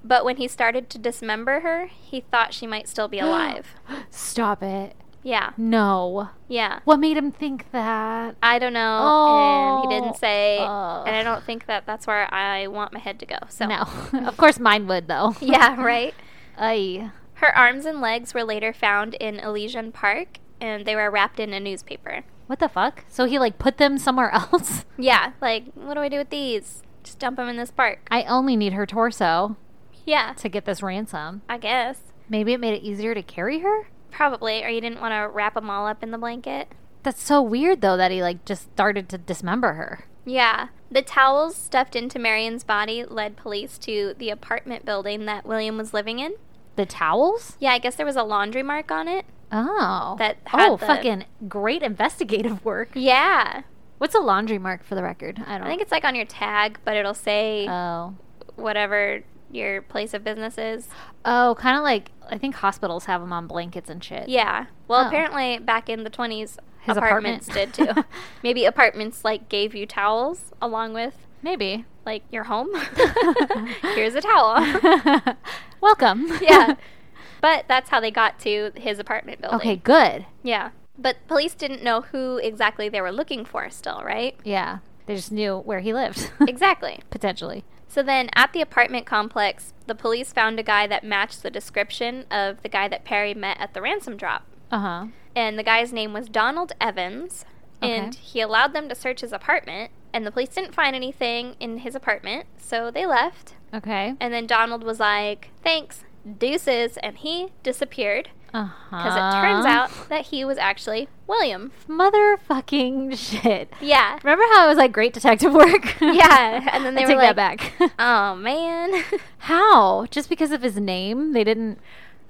[SPEAKER 2] but when he started to dismember her, he thought she might still be alive.
[SPEAKER 1] Stop it.
[SPEAKER 2] yeah,
[SPEAKER 1] No.
[SPEAKER 2] yeah.
[SPEAKER 1] What made him think that?
[SPEAKER 2] I don't know, and he
[SPEAKER 1] Oh,
[SPEAKER 2] didn't say,
[SPEAKER 1] ugh.
[SPEAKER 2] and I don't think that that's where I want my head to go. So,
[SPEAKER 1] No. of course mine would though.
[SPEAKER 2] yeah, right?
[SPEAKER 1] Ay.
[SPEAKER 2] Her arms and legs were later found in Elysian Park, and they were wrapped in a newspaper.
[SPEAKER 1] What the fuck? So he like put them somewhere else?
[SPEAKER 2] Yeah, like, what do I do with these? Just dump them in this park.
[SPEAKER 1] I only need her torso
[SPEAKER 2] Yeah,
[SPEAKER 1] to get this ransom.
[SPEAKER 2] I guess.
[SPEAKER 1] Maybe it made it easier to carry her?
[SPEAKER 2] Probably, or you didn't want to wrap them all up in the blanket.
[SPEAKER 1] That's so weird though that he like just started to dismember her.
[SPEAKER 2] Yeah. The towels stuffed into Marion's body led police to the apartment building that William was living in.
[SPEAKER 1] The towels?
[SPEAKER 2] Yeah, I guess there was a laundry mark on it.
[SPEAKER 1] Oh.
[SPEAKER 2] That had
[SPEAKER 1] Oh,
[SPEAKER 2] the-
[SPEAKER 1] fucking great investigative work.
[SPEAKER 2] Yeah.
[SPEAKER 1] What's a laundry mark for the record? I don't
[SPEAKER 2] I think it's like on your tag, but it'll say
[SPEAKER 1] Oh.
[SPEAKER 2] whatever your place of business is.
[SPEAKER 1] Oh, kind of like I think hospitals have them on blankets and shit.
[SPEAKER 2] Yeah. Well,
[SPEAKER 1] Oh.
[SPEAKER 2] apparently back in the 20s,
[SPEAKER 1] His
[SPEAKER 2] apartments
[SPEAKER 1] apartment.
[SPEAKER 2] did too. Maybe apartments like gave you towels along with
[SPEAKER 1] Maybe.
[SPEAKER 2] like your home. Here's a towel.
[SPEAKER 1] Welcome.
[SPEAKER 2] yeah. But that's how they got to his apartment building.
[SPEAKER 1] okay, good.
[SPEAKER 2] Yeah. But police didn't know who exactly they were looking for still, right?
[SPEAKER 1] Yeah. They just knew where he lived.
[SPEAKER 2] exactly.
[SPEAKER 1] Potentially.
[SPEAKER 2] So then at the apartment complex, the police found a guy that matched the description of the guy that Perry met at the ransom drop.
[SPEAKER 1] Uh huh.
[SPEAKER 2] And the guy's name was Donald Evans. And
[SPEAKER 1] Okay.
[SPEAKER 2] he allowed them to search his apartment. And the police didn't find anything in his apartment. So they left.
[SPEAKER 1] Okay.
[SPEAKER 2] And then Donald was like, thanks, deuces. And he disappeared.
[SPEAKER 1] Uh huh.
[SPEAKER 2] Because it turns out that he was actually William.
[SPEAKER 1] motherfucking shit.
[SPEAKER 2] Yeah.
[SPEAKER 1] Remember how it was like great detective work?
[SPEAKER 2] Yeah, and then they
[SPEAKER 1] I
[SPEAKER 2] were
[SPEAKER 1] take that
[SPEAKER 2] like-
[SPEAKER 1] back.
[SPEAKER 2] Oh, man.
[SPEAKER 1] how? Just because of his name, they didn't.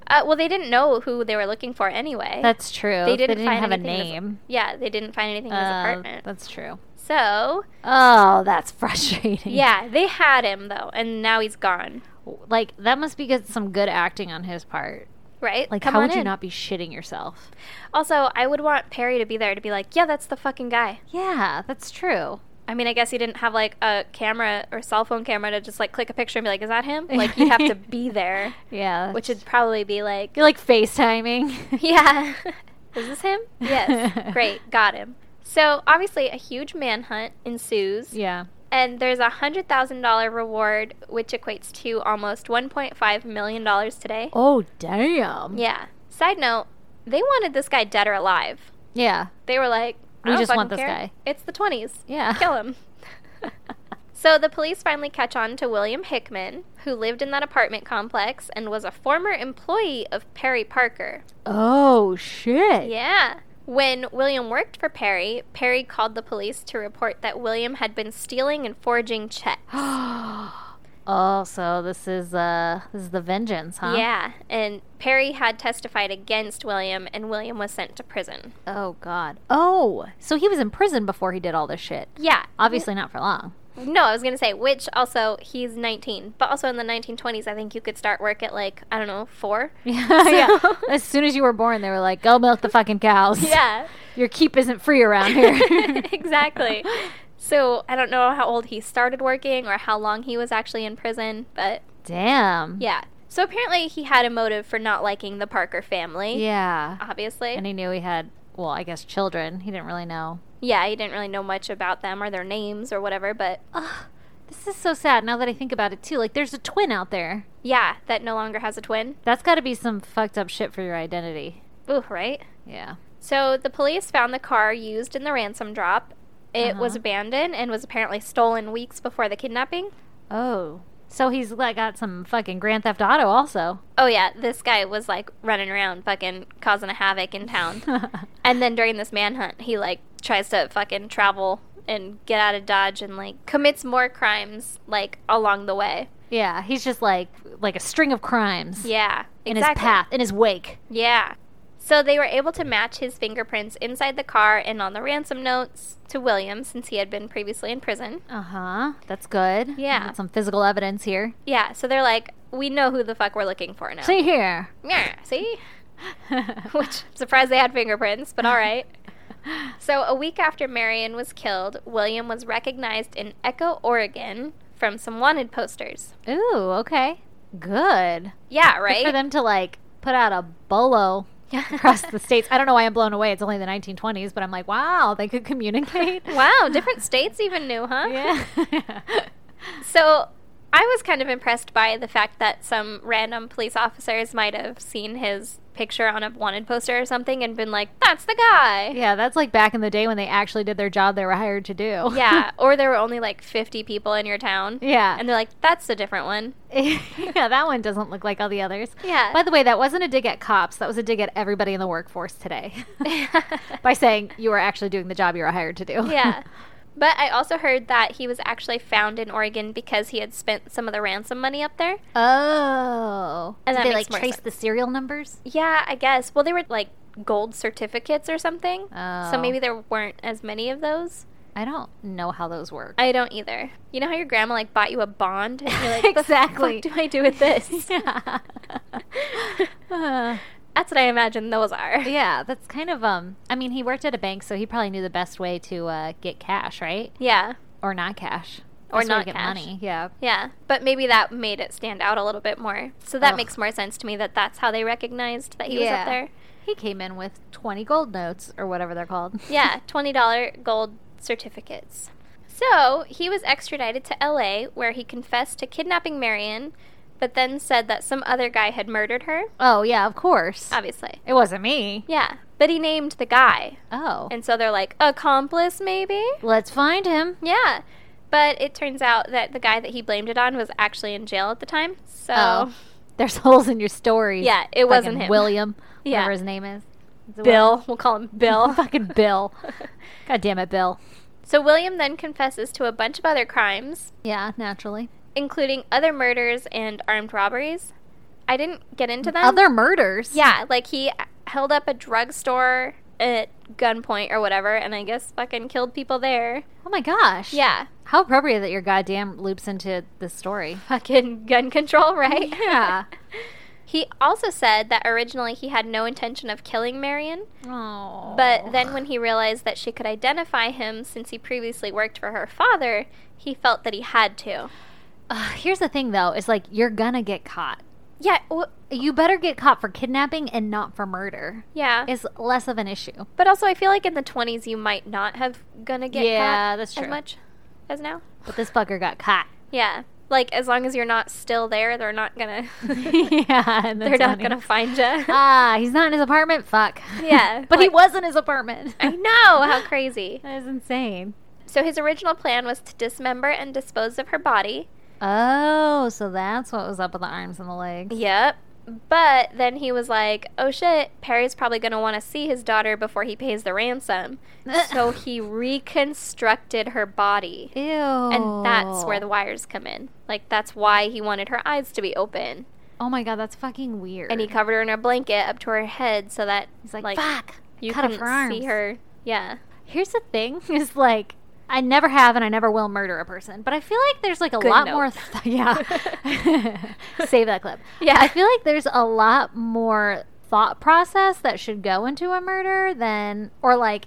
[SPEAKER 2] Uh, well, they didn't know who they were looking for anyway.
[SPEAKER 1] That's true.
[SPEAKER 2] they didn't, find
[SPEAKER 1] have a
[SPEAKER 2] anything in his-
[SPEAKER 1] name.
[SPEAKER 2] yeah, they didn't find anything in his
[SPEAKER 1] Uh,
[SPEAKER 2] apartment.
[SPEAKER 1] That's true.
[SPEAKER 2] So
[SPEAKER 1] Oh, that's frustrating.
[SPEAKER 2] yeah, they had him though, and now he's gone.
[SPEAKER 1] Like that must be good, some good acting on his part.
[SPEAKER 2] Right?
[SPEAKER 1] Like,
[SPEAKER 2] Come
[SPEAKER 1] how
[SPEAKER 2] on
[SPEAKER 1] would you
[SPEAKER 2] in.
[SPEAKER 1] not be shitting yourself?
[SPEAKER 2] Also, I would want Perry to be there to be like, yeah, that's the fucking guy.
[SPEAKER 1] Yeah, that's true.
[SPEAKER 2] I mean, I guess he didn't have like a camera or cell phone camera to just like click a picture and be like, is that him? Like, you'd have to be there,
[SPEAKER 1] Yeah,
[SPEAKER 2] which
[SPEAKER 1] that's-
[SPEAKER 2] would probably be like,
[SPEAKER 1] you're like FaceTiming.
[SPEAKER 2] yeah, is this him? Yes. Great, got him. So obviously, a huge manhunt ensues.
[SPEAKER 1] yeah.
[SPEAKER 2] And there's a hundred thousand dollar reward, which equates to almost one point five million dollars today.
[SPEAKER 1] Oh damn.
[SPEAKER 2] Yeah. Side note, they wanted this guy dead or alive.
[SPEAKER 1] Yeah.
[SPEAKER 2] They were like, I
[SPEAKER 1] We
[SPEAKER 2] don't
[SPEAKER 1] just
[SPEAKER 2] fucking
[SPEAKER 1] want this
[SPEAKER 2] care.
[SPEAKER 1] guy.
[SPEAKER 2] It's the twenties.
[SPEAKER 1] Yeah.
[SPEAKER 2] Kill him. so the police finally catch on to William Hickman, who lived in that apartment complex and was a former employee of Perry Parker.
[SPEAKER 1] Oh shit.
[SPEAKER 2] Yeah. When William worked for Perry, Perry called the police to report that William had been stealing and forging checks.
[SPEAKER 1] Oh, so this is uh this is the vengeance, huh?
[SPEAKER 2] Yeah, and Perry had testified against William, and William was sent to prison.
[SPEAKER 1] Oh god. Oh, so he was in prison before he did all this shit.
[SPEAKER 2] Yeah,
[SPEAKER 1] Obviously not for long.
[SPEAKER 2] no, I was gonna say which. Also, he's 19, but also in the 1920s, I think you could start work at like I don't know four.
[SPEAKER 1] Yeah, yeah. As soon as you were born, they were like, "Go milk the fucking cows."
[SPEAKER 2] Yeah,
[SPEAKER 1] Your keep isn't free around here.
[SPEAKER 2] exactly. So I don't know how old he started working or how long he was actually in prison, but
[SPEAKER 1] Damn.
[SPEAKER 2] yeah. So apparently, he had a motive for not liking the Parker family.
[SPEAKER 1] Yeah.
[SPEAKER 2] Obviously.
[SPEAKER 1] And he knew he had, well, I guess children. He didn't really know.
[SPEAKER 2] yeah, he didn't really know much about them or their names or whatever, but uh,
[SPEAKER 1] This is so sad now that I think about it too. Like, there's a twin out there.
[SPEAKER 2] yeah, that no longer has a twin.
[SPEAKER 1] That's got to be some fucked up shit for your identity.
[SPEAKER 2] Ooh, right?
[SPEAKER 1] Yeah.
[SPEAKER 2] So the police found the car used in the ransom drop. It
[SPEAKER 1] Uh-huh.
[SPEAKER 2] was abandoned and was apparently stolen weeks before the kidnapping.
[SPEAKER 1] Oh. So he's like got some fucking Grand Theft Auto also.
[SPEAKER 2] Oh yeah, this guy was like running around fucking causing a havoc in town. and then during this manhunt, he like tries to fucking travel and get out of Dodge and like commits more crimes like along the way.
[SPEAKER 1] yeah, he's just like like a string of crimes
[SPEAKER 2] Yeah.
[SPEAKER 1] in his path, in his wake.
[SPEAKER 2] Yeah. So they were able to match his fingerprints inside the car and on the ransom notes to William since he had been previously in prison.
[SPEAKER 1] Uh huh. That's good.
[SPEAKER 2] Uh-huh. Yeah.
[SPEAKER 1] Got some physical evidence here.
[SPEAKER 2] Yeah, so they're like, we know who the fuck we're looking for now.
[SPEAKER 1] See here.
[SPEAKER 2] Yeah, see? Which, I'm surprised they had fingerprints, but all right. so, a week after Marion was killed, William was recognized in Echo, Oregon from some wanted posters.
[SPEAKER 1] Ooh. Okay. Good.
[SPEAKER 2] Yeah,
[SPEAKER 1] For
[SPEAKER 2] right?
[SPEAKER 1] them to like put out a bolo across the states. I don't know why I'm blown away. It's only the 1920s, but I'm like, wow, they could communicate.
[SPEAKER 2] wow, different states even knew, huh?
[SPEAKER 1] Yeah.
[SPEAKER 2] So, I was kind of impressed by the fact that some random police officers might have seen his picture on a wanted poster or something and been like, that's the guy.
[SPEAKER 1] Yeah, that's like back in the day when they actually did their job they were hired to do.
[SPEAKER 2] Yeah. Or there were only like 50 people in your town.
[SPEAKER 1] Yeah.
[SPEAKER 2] And they're like, that's a different one.
[SPEAKER 1] yeah, that one doesn't look like all the others.
[SPEAKER 2] Yeah.
[SPEAKER 1] By the way, that wasn't a dig at cops. That was a dig at everybody in the workforce today by saying you were actually doing the job you were hired to do.
[SPEAKER 2] yeah. But I also heard that he was actually found in Oregon because he had spent some of the ransom money up there.
[SPEAKER 1] Oh.
[SPEAKER 2] And that
[SPEAKER 1] Did they
[SPEAKER 2] makes
[SPEAKER 1] like
[SPEAKER 2] more
[SPEAKER 1] trace
[SPEAKER 2] sense.
[SPEAKER 1] the serial numbers?
[SPEAKER 2] Yeah, I guess. Well, they were like gold certificates or something.
[SPEAKER 1] Oh.
[SPEAKER 2] So maybe there weren't as many of those.
[SPEAKER 1] I don't know how those work.
[SPEAKER 2] I don't either. You know how your grandma like bought you a bond and you're like,
[SPEAKER 1] Exactly.
[SPEAKER 2] What the fuck do I do with this?
[SPEAKER 1] yeah. Uh,
[SPEAKER 2] That's what I imagine those are.
[SPEAKER 1] yeah, that's kind of um I mean, he worked at a bank, so he probably knew the best way to uh, get cash, right?
[SPEAKER 2] Yeah.
[SPEAKER 1] Or not cash.
[SPEAKER 2] Or
[SPEAKER 1] Best way to
[SPEAKER 2] not
[SPEAKER 1] get
[SPEAKER 2] cash.
[SPEAKER 1] money. Yeah.
[SPEAKER 2] Yeah, but maybe that made it stand out a little bit more. So that
[SPEAKER 1] Ugh.
[SPEAKER 2] makes more sense to me that that's how they recognized that he was
[SPEAKER 1] Yeah.
[SPEAKER 2] up there.
[SPEAKER 1] He came in with 20 gold notes or whatever they're called.
[SPEAKER 2] Yeah, $20 gold certificates. So he was extradited to LA where he confessed to kidnapping Marion, but then said that some other guy had murdered her,
[SPEAKER 1] Oh, yeah, of course.
[SPEAKER 2] obviously.
[SPEAKER 1] it wasn't me.
[SPEAKER 2] Uh, Yeah, but he named the guy.
[SPEAKER 1] Oh.
[SPEAKER 2] And so they're like, accomplice maybe?
[SPEAKER 1] Let's find him.
[SPEAKER 2] Yeah. But it turns out that the guy that he blamed it on was actually in jail at the time. So,
[SPEAKER 1] Oh. There's holes in your story.
[SPEAKER 2] yeah, it wasn't
[SPEAKER 1] Fucking
[SPEAKER 2] him.
[SPEAKER 1] William,
[SPEAKER 2] Yeah.
[SPEAKER 1] whatever his name is. Is it
[SPEAKER 2] Bill. We'll call him Bill.
[SPEAKER 1] William? Fucking Bill. God damn it, Bill.
[SPEAKER 2] so William then confesses to a bunch of other crimes,
[SPEAKER 1] Yeah, naturally.
[SPEAKER 2] including other murders and armed robberies. I didn't get into them.
[SPEAKER 1] Other murders.
[SPEAKER 2] Um, Yeah, like he held up a drugstore at gunpoint or whatever, and I guess fucking killed people there.
[SPEAKER 1] Oh my gosh.
[SPEAKER 2] Yeah,
[SPEAKER 1] How appropriate that your goddamn loops into this story.
[SPEAKER 2] fucking gun control, right?
[SPEAKER 1] Yeah.
[SPEAKER 2] he also said that originally he had no intention of killing Marion,
[SPEAKER 1] Oh.
[SPEAKER 2] But then when he realized that she could identify him since he previously worked for her father, he felt that he had to.
[SPEAKER 1] Ugh, here's the thing though, is like you're gonna get caught.
[SPEAKER 2] Yeah, w-
[SPEAKER 1] You better get caught for kidnapping and not for murder.
[SPEAKER 2] yeah.
[SPEAKER 1] It's less of an issue.
[SPEAKER 2] but also I feel like in the 20s you might not have gonna get
[SPEAKER 1] Yeah,
[SPEAKER 2] caught
[SPEAKER 1] that's true.
[SPEAKER 2] as much as now.
[SPEAKER 1] But this fucker got caught.
[SPEAKER 2] Yeah. Like as long as you're not still there, they're not gonna
[SPEAKER 1] yeah, and
[SPEAKER 2] they're not gonna find you.
[SPEAKER 1] Ah, he's not in his apartment. Fuck.
[SPEAKER 2] Yeah,
[SPEAKER 1] but he
[SPEAKER 2] like-
[SPEAKER 1] was in his apartment.
[SPEAKER 2] I know how crazy.
[SPEAKER 1] That is insane.
[SPEAKER 2] So his original plan was to dismember and dispose of her body.
[SPEAKER 1] Oh, so that's what was up with the arms and the legs.
[SPEAKER 2] Yep. But then he was like, oh shit, Perry's probably going to want to see his daughter before he pays the ransom. so he reconstructed her body.
[SPEAKER 1] Ew.
[SPEAKER 2] And that's where the wires come in. Like, that's why he wanted her eyes to be open.
[SPEAKER 1] Oh my god, that's fucking weird.
[SPEAKER 2] And he covered her in a blanket up to her head so that
[SPEAKER 1] he's like,
[SPEAKER 2] like,
[SPEAKER 1] fuck.
[SPEAKER 2] you
[SPEAKER 1] cut off
[SPEAKER 2] couldn't
[SPEAKER 1] her arms.
[SPEAKER 2] see her. Yeah.
[SPEAKER 1] Here's the thing: is like. I never have, and I never will murder a person. But I feel like there's like a
[SPEAKER 2] Good
[SPEAKER 1] lot
[SPEAKER 2] note.
[SPEAKER 1] more. Th- yeah, save that clip.
[SPEAKER 2] Yeah.
[SPEAKER 1] I feel like there's a lot more thought process that should go into a murder than, or like,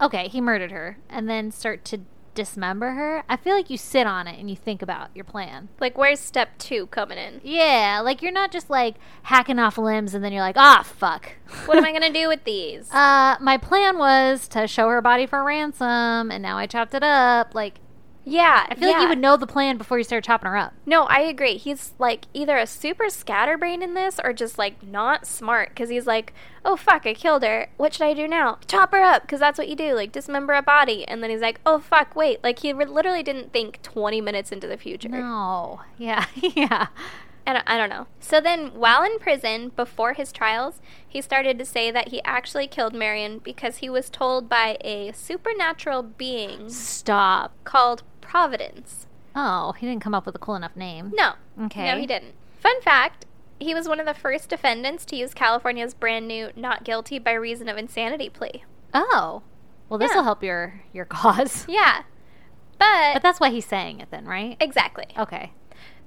[SPEAKER 1] okay, he murdered her, and then start to dismember her. I feel like you sit on it and you think about your plan.
[SPEAKER 2] Like, where's step two coming in?
[SPEAKER 1] Yeah, like you're not just like hacking off limbs and then you're like, ah, fuck.
[SPEAKER 2] What am I going to do with these?
[SPEAKER 1] Uh, my plan was to show her body for ransom, and now I chopped it up. Like,
[SPEAKER 2] yeah.
[SPEAKER 1] I feel like you would know the plan before you start chopping her up.
[SPEAKER 2] No, I agree. He's like either a super scatterbrain in this or just like not smart because he's like, oh fuck, I killed her. What should I do now? Chop her up because that's what you do. Like dismember a body. And then he's like, oh fuck, wait. Like he re- literally didn't think 20 minutes into the future.
[SPEAKER 1] No, yeah, yeah.
[SPEAKER 2] And I I don't know. So then while in prison before his trials, he started to say that he actually killed Marion because he was told by a supernatural being
[SPEAKER 1] Stop.
[SPEAKER 2] called Providence.
[SPEAKER 1] Oh, he didn't come up with a cool enough name.
[SPEAKER 2] No.
[SPEAKER 1] Okay.
[SPEAKER 2] No, he didn't. Fun fact he was one of the first defendants to use California's brand new not guilty by reason of insanity plea.
[SPEAKER 1] Oh, well, this will
[SPEAKER 2] Yeah.
[SPEAKER 1] help your your cause.
[SPEAKER 2] Yeah.
[SPEAKER 1] But
[SPEAKER 2] But,
[SPEAKER 1] that's why he's saying it then, right?
[SPEAKER 2] exactly.
[SPEAKER 1] Okay.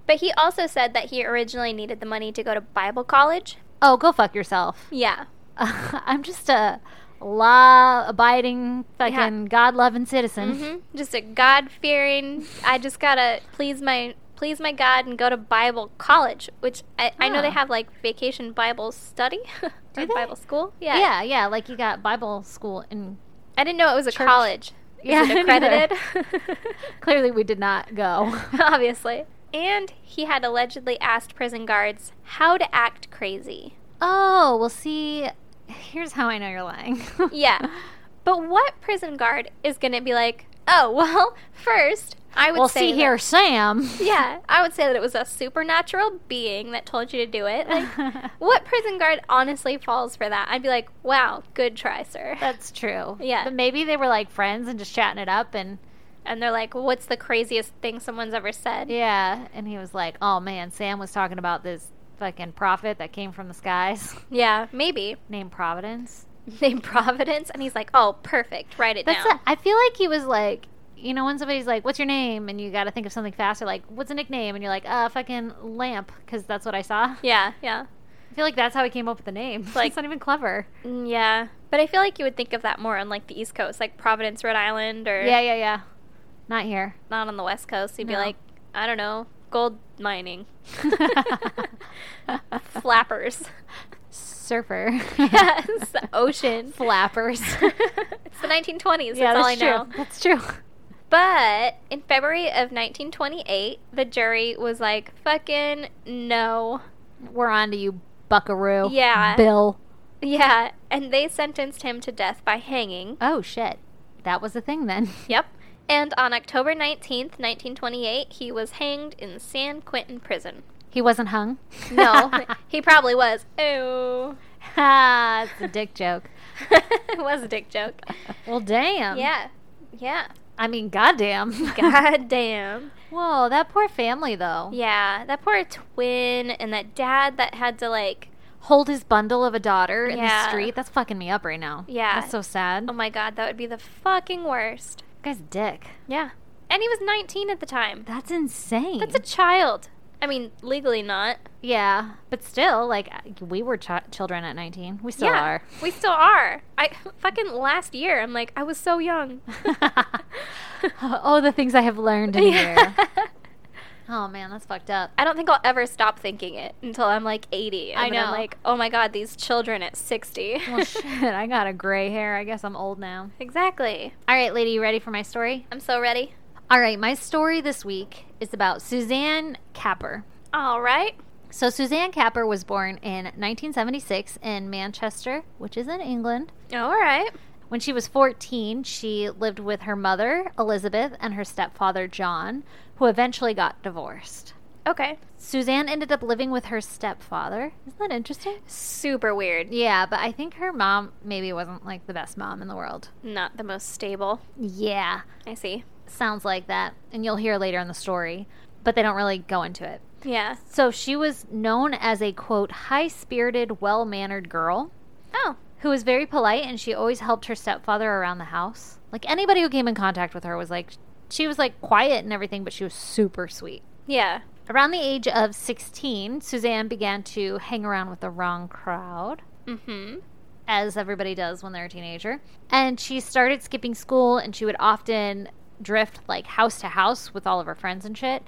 [SPEAKER 2] But he also said that he originally needed the money to go to Bible college.
[SPEAKER 1] Oh, go fuck yourself.
[SPEAKER 2] Yeah.
[SPEAKER 1] I'm just a law-abiding, fucking God-loving citizen.
[SPEAKER 2] hmm Just a God fearing, I just gotta please my. Please my God and go to Bible college, which I, I know
[SPEAKER 1] Huh.
[SPEAKER 2] they have like vacation Bible study
[SPEAKER 1] Ah.
[SPEAKER 2] or
[SPEAKER 1] Do they?
[SPEAKER 2] Bible school.
[SPEAKER 1] Yeah.
[SPEAKER 2] Yeah.
[SPEAKER 1] yeah, Like you got Bible school, and
[SPEAKER 2] I didn't know it was a
[SPEAKER 1] Church.
[SPEAKER 2] college.
[SPEAKER 1] Yeah, I
[SPEAKER 2] Yeah. Is it
[SPEAKER 1] didn't either.
[SPEAKER 2] accredited?
[SPEAKER 1] clearly we did not go.
[SPEAKER 2] obviously. And he had allegedly asked prison guards how to act crazy.
[SPEAKER 1] Oh, well, see, here's how I know you're lying.
[SPEAKER 2] Yeah. But what prison guard is going to be like, oh, well, first, I would
[SPEAKER 1] well,
[SPEAKER 2] say.
[SPEAKER 1] see here, Sam.
[SPEAKER 2] That, yeah, I would say that it was a supernatural being that told you to do it. Like, what prison guard honestly falls for that? I'd be like, wow, good try, sir.
[SPEAKER 1] That's true.
[SPEAKER 2] Yeah.
[SPEAKER 1] But maybe they were like friends and just chatting it up. And
[SPEAKER 2] And they're like, what's the craziest thing someone's ever said?
[SPEAKER 1] yeah. And he was like, oh, man, Sam was talking about this fucking prophet that came from the skies
[SPEAKER 2] Yeah, maybe.
[SPEAKER 1] named Providence.
[SPEAKER 2] Named Providence. And he's like, oh, perfect. Write it
[SPEAKER 1] That's
[SPEAKER 2] down.
[SPEAKER 1] a- I feel like he was like, you know, when somebody's like, "What's your name?" and you got to think of something faster, like, "What's a nickname?" and you're like, "Uh, fucking lamp," because that's what I saw.
[SPEAKER 2] yeah, yeah.
[SPEAKER 1] I feel like that's how he came up with the name. Like,
[SPEAKER 2] Like-
[SPEAKER 1] it's not even clever.
[SPEAKER 2] Mm, Yeah. But I feel like you would think of that more on like the East Coast, like Providence, Rhode Island, or
[SPEAKER 1] Yeah, yeah, yeah. Not here.
[SPEAKER 2] not on the West Coast. You'd
[SPEAKER 1] No.
[SPEAKER 2] be like, I don't know, gold mining. Flappers.
[SPEAKER 1] Surfer.
[SPEAKER 2] yes, the ocean.
[SPEAKER 1] Flappers.
[SPEAKER 2] it's the 1920s.
[SPEAKER 1] yeah,
[SPEAKER 2] that's, all I
[SPEAKER 1] that's
[SPEAKER 2] know.
[SPEAKER 1] true. That's true.
[SPEAKER 2] But in February of 1928, the jury was like, fucking no.
[SPEAKER 1] We're on to you, Buckaroo.
[SPEAKER 2] Yeah.
[SPEAKER 1] Bill.
[SPEAKER 2] Yeah. And they sentenced him to death by hanging.
[SPEAKER 1] Oh shit, that was the thing then.
[SPEAKER 2] Yep. And on October 19th, 1928, he was hanged in San Quentin prison.
[SPEAKER 1] He wasn't hung.
[SPEAKER 2] No, he probably was. Oh.
[SPEAKER 1] ah, it's a dick joke.
[SPEAKER 2] it was a dick joke.
[SPEAKER 1] Well, damn.
[SPEAKER 2] Yeah. Yeah.
[SPEAKER 1] I mean, goddamn.
[SPEAKER 2] God damn.
[SPEAKER 1] Whoa, that poor family though.
[SPEAKER 2] Yeah, that poor twin and that dad that had to like,
[SPEAKER 1] Hold his bundle of a daughter in the
[SPEAKER 2] Yeah.
[SPEAKER 1] street. That's fucking me up right now.
[SPEAKER 2] Yeah.
[SPEAKER 1] That's so sad.
[SPEAKER 2] oh my god, that would be the fucking worst.
[SPEAKER 1] guy's a dick.
[SPEAKER 2] Yeah. And he was 19 at the time.
[SPEAKER 1] That's insane.
[SPEAKER 2] That's a child. I mean, legally not.
[SPEAKER 1] yeah, but still, like we were chi- children at nineteen. We still
[SPEAKER 2] yeah.
[SPEAKER 1] are.
[SPEAKER 2] We still are. I fucking last year, I'm like, I was so young.
[SPEAKER 1] oh, the things I have learned in a year. Oh man, that's fucked up.
[SPEAKER 2] I don't think I'll ever stop thinking it until I'm like 80. And
[SPEAKER 1] I
[SPEAKER 2] then
[SPEAKER 1] know.
[SPEAKER 2] I'm like, oh my god, these children at 60.
[SPEAKER 1] Well, shit, I got a gray hair. I guess I'm old now.
[SPEAKER 2] exactly.
[SPEAKER 1] All right, lady, you ready for my story?
[SPEAKER 2] I'm so ready.
[SPEAKER 1] All right, my story this week is about Suzanne Capper.
[SPEAKER 2] All right.
[SPEAKER 1] So Suzanne Capper was born in 1976 in Manchester, which is in England.
[SPEAKER 2] All right.
[SPEAKER 1] When she was 14, she lived with her mother, Elizabeth, and her stepfather, John, who eventually got divorced.
[SPEAKER 2] Okay.
[SPEAKER 1] Suzanne ended up living with her stepfather. Isn't that interesting?
[SPEAKER 2] Super weird.
[SPEAKER 1] Yeah, but I think her mom maybe wasn't like the best mom in the world.
[SPEAKER 2] Not the most stable.
[SPEAKER 1] Yeah,
[SPEAKER 2] I see.
[SPEAKER 1] sounds like that. And you'll hear later in the story, but they don't really go into it.
[SPEAKER 2] Yeah.
[SPEAKER 1] So she was known as a quote, high spirited, well mannered girl.
[SPEAKER 2] Oh.
[SPEAKER 1] who was very polite and she always helped her stepfather around the house. Like anybody who came in contact with her was like, she was like quiet and everything, but she was super sweet.
[SPEAKER 2] Yeah.
[SPEAKER 1] Around the age of 16, Suzanne began to hang around with the wrong crowd,
[SPEAKER 2] Mm-hmm.
[SPEAKER 1] as everybody does when they're a teenager. And she started skipping school and she would often drift like house to house with all of her friends and shit,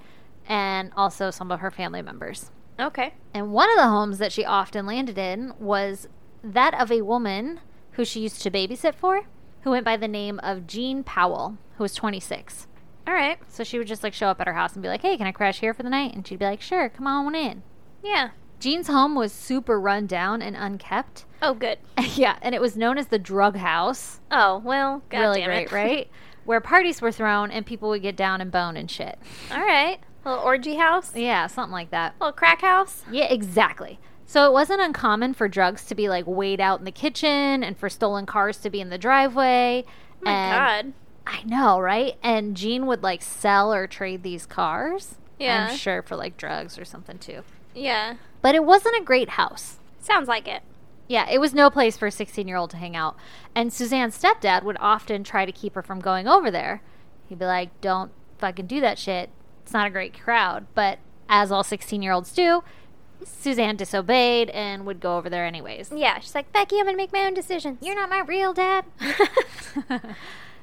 [SPEAKER 1] and also some of her family members.
[SPEAKER 2] Okay.
[SPEAKER 1] And one of the homes that she often landed in was that of a woman who she used to babysit for, who went by the name of Jean Powell, who was 26.
[SPEAKER 2] All right.
[SPEAKER 1] So she would just like show up at her house and be like, "Hey, can I crash here for the night?" And she'd be like, "Sure, come on in."
[SPEAKER 2] Yeah.
[SPEAKER 1] Jean's home was super run down and unkept.
[SPEAKER 2] Oh, good.
[SPEAKER 1] yeah, and it was known as the drug house.
[SPEAKER 2] Oh, well, God
[SPEAKER 1] really
[SPEAKER 2] damn
[SPEAKER 1] great,
[SPEAKER 2] it.
[SPEAKER 1] right? Where parties were thrown and people would get down and bone and shit.
[SPEAKER 2] All right. Little orgy house.
[SPEAKER 1] Yeah, something like that.
[SPEAKER 2] Little crack house.
[SPEAKER 1] Yeah, exactly. So it wasn't uncommon for drugs to be like weighed out in the kitchen and for stolen cars to be in the driveway.
[SPEAKER 2] Oh, my
[SPEAKER 1] and
[SPEAKER 2] God.
[SPEAKER 1] I know, right? And Jean would like sell or trade these cars.
[SPEAKER 2] Yeah.
[SPEAKER 1] I'm sure for like drugs or something too.
[SPEAKER 2] Yeah.
[SPEAKER 1] But it wasn't a great house.
[SPEAKER 2] Sounds like it.
[SPEAKER 1] Yeah, it was no place for a 16 year old to hang out. And Suzanne's stepdad would often try to keep her from going over there. He'd be like, don't fucking do that shit. It's not a great crowd. But as all 16 year olds do, Suzanne disobeyed and would go over there anyways.
[SPEAKER 2] Yeah. She's like, Becky, I'm going to make my own decisions.
[SPEAKER 1] You're not my real dad.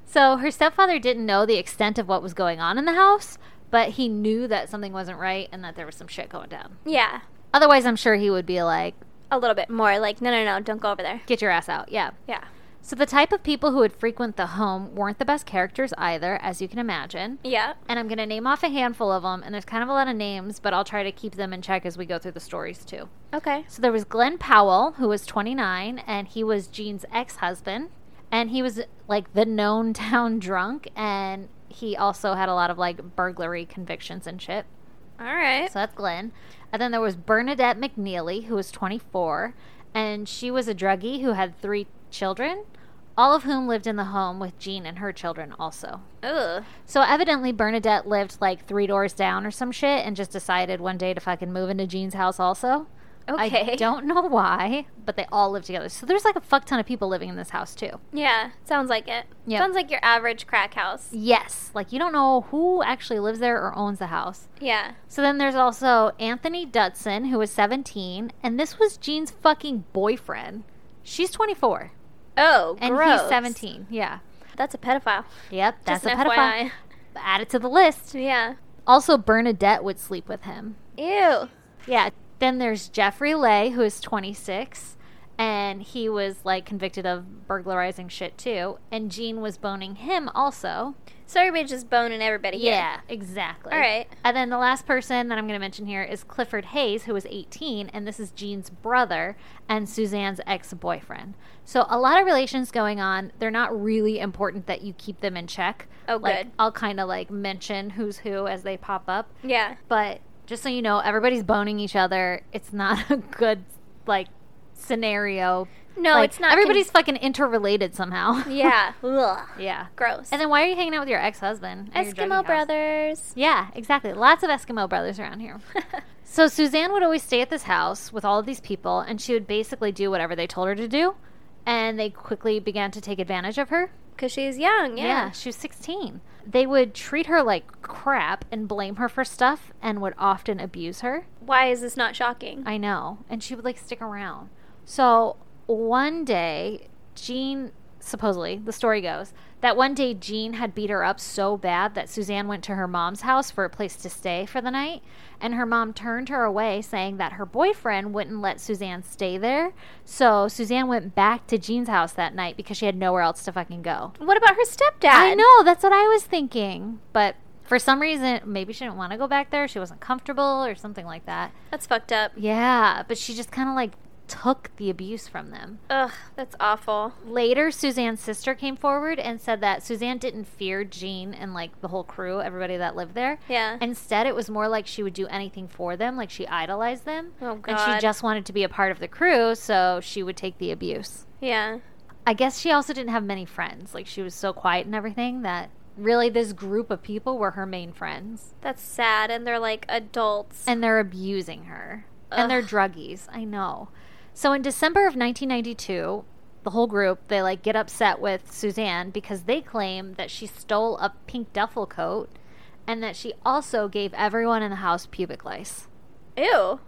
[SPEAKER 1] so her stepfather didn't know the extent of what was going on in the house, but he knew that something wasn't right and that there was some shit going down.
[SPEAKER 2] yeah.
[SPEAKER 1] Otherwise, I'm sure he would be like,
[SPEAKER 2] A little bit more like, no, no, no, don't go over there.
[SPEAKER 1] get your ass out. Yeah.
[SPEAKER 2] Yeah.
[SPEAKER 1] So the type of people who would frequent the home weren't the best characters either, as you can imagine.
[SPEAKER 2] Yeah.
[SPEAKER 1] And I'm going to name off a handful of them, and there's kind of a lot of names, but I'll try to keep them in check as we go through the stories too.
[SPEAKER 2] Okay.
[SPEAKER 1] So there was Glenn Powell, who was 29, and he was Jean's ex husband. And he was like the known town drunk, and he also had a lot of like burglary convictions and shit.
[SPEAKER 2] All right.
[SPEAKER 1] So that's Glenn. And then there was Bernadette McNeely, who was 24, and she was a druggie who had three children, all of whom lived in the home with Jean and her children also.
[SPEAKER 2] Ugh.
[SPEAKER 1] So evidently Bernadette lived like three doors down or some shit and just decided one day to fucking move into Jean's house also.
[SPEAKER 2] Okay.
[SPEAKER 1] I don't know why, but they all live together. So there's like a fuck ton of people living in this house too.
[SPEAKER 2] Yeah. Sounds like it.
[SPEAKER 1] Yeah.
[SPEAKER 2] Sounds like your average crack house.
[SPEAKER 1] Yes, like you don't know who actually lives there or owns the house.
[SPEAKER 2] Yeah.
[SPEAKER 1] So then there's also Anthony Dudson, who was 17, and this was Jean's fucking boyfriend. She's 24,
[SPEAKER 2] Oh,
[SPEAKER 1] and
[SPEAKER 2] gross.
[SPEAKER 1] he's 17. Yeah.
[SPEAKER 2] That's a pedophile.
[SPEAKER 1] Yep, that's
[SPEAKER 2] Just
[SPEAKER 1] a
[SPEAKER 2] an
[SPEAKER 1] pedophile.
[SPEAKER 2] FYI.
[SPEAKER 1] Add it to the list.
[SPEAKER 2] Yeah.
[SPEAKER 1] Also, Bernadette would sleep with him.
[SPEAKER 2] Ew.
[SPEAKER 1] Yeah. Then there's Jeffrey Lay, who is 26, and he was like convicted of burglarizing shit too. And Jean was boning him also.
[SPEAKER 2] So everybody's just boning everybody. here.
[SPEAKER 1] Yeah, exactly.
[SPEAKER 2] All right.
[SPEAKER 1] And then the last person that I'm going to mention here is Clifford Hayes, who was 18, and this is Jean's brother and Suzanne's ex boyfriend. So a lot of relations going on. They're not really important that you keep them in check.
[SPEAKER 2] Oh,
[SPEAKER 1] Like,
[SPEAKER 2] good.
[SPEAKER 1] I'll kind of like mention who's who as they pop up.
[SPEAKER 2] Yeah.
[SPEAKER 1] But just so you know, everybody's boning each other. It's not a good, like, scenario.
[SPEAKER 2] No,
[SPEAKER 1] Like,
[SPEAKER 2] it's not. con-
[SPEAKER 1] Everybody's fucking interrelated somehow.
[SPEAKER 2] yeah. Ugh.
[SPEAKER 1] yeah.
[SPEAKER 2] Gross.
[SPEAKER 1] And then why are you hanging out with your ex husband?
[SPEAKER 2] Eskimo brothers.
[SPEAKER 1] Yeah, exactly. Lots of Eskimo brothers around here. so Suzanne would always stay at this house with all of these people, and she would basically do whatever they told her to do. And they quickly began to take advantage of her.
[SPEAKER 2] Because she's young. Yeah.
[SPEAKER 1] she was 16. They would treat her like crap and blame her for stuff and would often abuse her.
[SPEAKER 2] Why is this not shocking?
[SPEAKER 1] I know. And she would like stick around. So one day, Jean supposedly, the story goes, that one day Jean had beat her up so bad that Suzanne went to her mom's house for a place to stay for the night. And her mom turned her away, saying that her boyfriend wouldn't let Suzanne stay there. So Suzanne went back to Jean's house that night because she had nowhere else to fucking go.
[SPEAKER 2] what about her stepdad?
[SPEAKER 1] I know. That's what I was thinking. But for some reason, maybe she didn't want to go back there. She wasn't comfortable or something like that.
[SPEAKER 2] That's fucked up.
[SPEAKER 1] Yeah, but she just kind of like took the abuse from them.
[SPEAKER 2] Ugh, that's awful.
[SPEAKER 1] Later, Suzanne's sister came forward and said that Suzanne didn't fear Jean and like the whole crew, everybody that lived there.
[SPEAKER 2] Yeah.
[SPEAKER 1] Instead, it was more like she would do anything for them, like she idolized them.
[SPEAKER 2] Oh,
[SPEAKER 1] And
[SPEAKER 2] God.
[SPEAKER 1] she just wanted to be a part of the crew, so she would take the abuse.
[SPEAKER 2] Yeah.
[SPEAKER 1] I guess she also didn't have many friends. Like she was so quiet and everything that really this group of people were her main friends.
[SPEAKER 2] That's sad. And they're like adults.
[SPEAKER 1] and they're abusing her and they're
[SPEAKER 2] Ugh.
[SPEAKER 1] druggies i know so in december of 1992 the whole group they like get upset with suzanne because they claim that she stole a pink duffel coat and that she also gave everyone in the house pubic lice
[SPEAKER 2] Ew.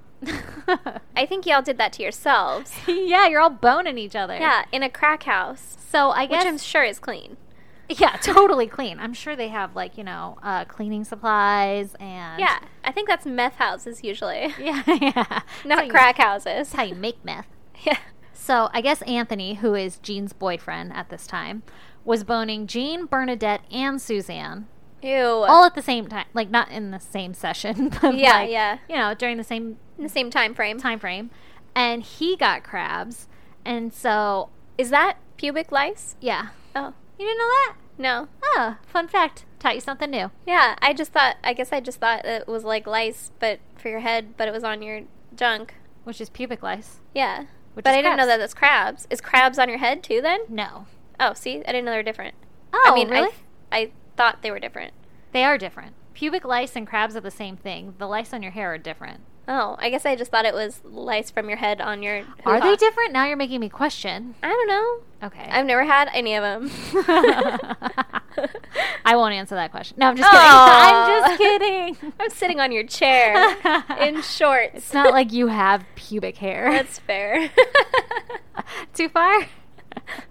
[SPEAKER 2] I think y'all did that to yourselves.
[SPEAKER 1] yeah you're all boning each other
[SPEAKER 2] yeah, in a crack house.
[SPEAKER 1] so i guess
[SPEAKER 2] Which I'm sure is clean.
[SPEAKER 1] yeah totally clean i'm sure they have like you know uh, cleaning supplies and
[SPEAKER 2] Yeah. I think that's meth houses usually.
[SPEAKER 1] yeah yeah
[SPEAKER 2] Not
[SPEAKER 1] That's how you-
[SPEAKER 2] crack houses.
[SPEAKER 1] that's how you make meth
[SPEAKER 2] Yeah.
[SPEAKER 1] So I guess Anthony, who is Jean's boyfriend at this time, was boning Jean, Bernadette, and Suzanne
[SPEAKER 2] Ew.
[SPEAKER 1] all at the same time. Like not in the same session, but
[SPEAKER 2] Yeah,
[SPEAKER 1] like,
[SPEAKER 2] yeah.
[SPEAKER 1] you know, during the same
[SPEAKER 2] in the same time frame.
[SPEAKER 1] time frame. And he got crabs, and so
[SPEAKER 2] Is that pubic lice?
[SPEAKER 1] yeah,
[SPEAKER 2] Oh.
[SPEAKER 1] you didn't know that?
[SPEAKER 2] No.
[SPEAKER 1] Oh, fun fact! Taught you something new.
[SPEAKER 2] Yeah, I just thought I guess I just thought it was like lice but for your head, but it was on your junk.
[SPEAKER 1] Which is pubic lice.
[SPEAKER 2] Yeah.
[SPEAKER 1] Which
[SPEAKER 2] but
[SPEAKER 1] is
[SPEAKER 2] I didn't know
[SPEAKER 1] crabs.
[SPEAKER 2] that that's crabs. Is crabs on your head too then?
[SPEAKER 1] No.
[SPEAKER 2] Oh, see? I didn't know they were different.
[SPEAKER 1] Oh,
[SPEAKER 2] I mean,
[SPEAKER 1] really?
[SPEAKER 2] I, I thought they were different.
[SPEAKER 1] they are different. Pubic lice and crabs are the same thing. The lice on your hair are different.
[SPEAKER 2] Oh, I guess I just thought it was lice from your head on your.
[SPEAKER 1] Are they
[SPEAKER 2] hoo-ha.
[SPEAKER 1] different? Now you're making me question.
[SPEAKER 2] I don't know.
[SPEAKER 1] Okay.
[SPEAKER 2] I've never had any of them.
[SPEAKER 1] I won't answer that question. No, I'm just kidding.
[SPEAKER 2] Aw.
[SPEAKER 1] I'm just kidding.
[SPEAKER 2] I'm sitting on your chair in shorts.
[SPEAKER 1] It's not like you have pubic hair.
[SPEAKER 2] That's fair.
[SPEAKER 1] too far.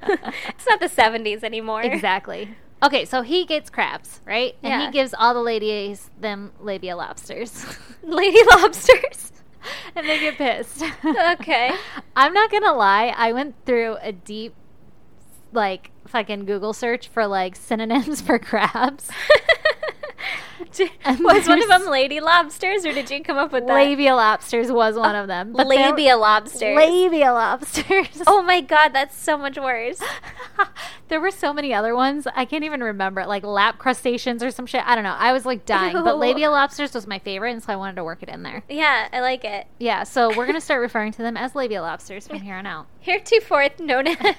[SPEAKER 2] it's not the 70s anymore.
[SPEAKER 1] exactly. Okay, so he gets crabs, right? And
[SPEAKER 2] Yeah.
[SPEAKER 1] he gives all the ladies them labia lobsters.
[SPEAKER 2] Lady lobsters.
[SPEAKER 1] and they get pissed.
[SPEAKER 2] Okay.
[SPEAKER 1] I'm not going to lie. I went through a deep like fucking Google search for like synonyms for crabs.
[SPEAKER 2] Did-
[SPEAKER 1] And
[SPEAKER 2] was one
[SPEAKER 1] there's-
[SPEAKER 2] of them lady lobsters, or did you come up with that?
[SPEAKER 1] Labia lobsters was one of them. but there-
[SPEAKER 2] labia lobsters.
[SPEAKER 1] Labia lobsters.
[SPEAKER 2] oh my god, that's so much worse.
[SPEAKER 1] there were so many other ones. I can't even remember. Like lap crustaceans or some shit. I don't know. I was like dying. But
[SPEAKER 2] Ew.
[SPEAKER 1] labia lobsters was my favorite, and so I wanted to work it in there.
[SPEAKER 2] Yeah, I like it.
[SPEAKER 1] Yeah, so we're going to start referring to them as labia lobsters from here on out.
[SPEAKER 2] Heretofore known as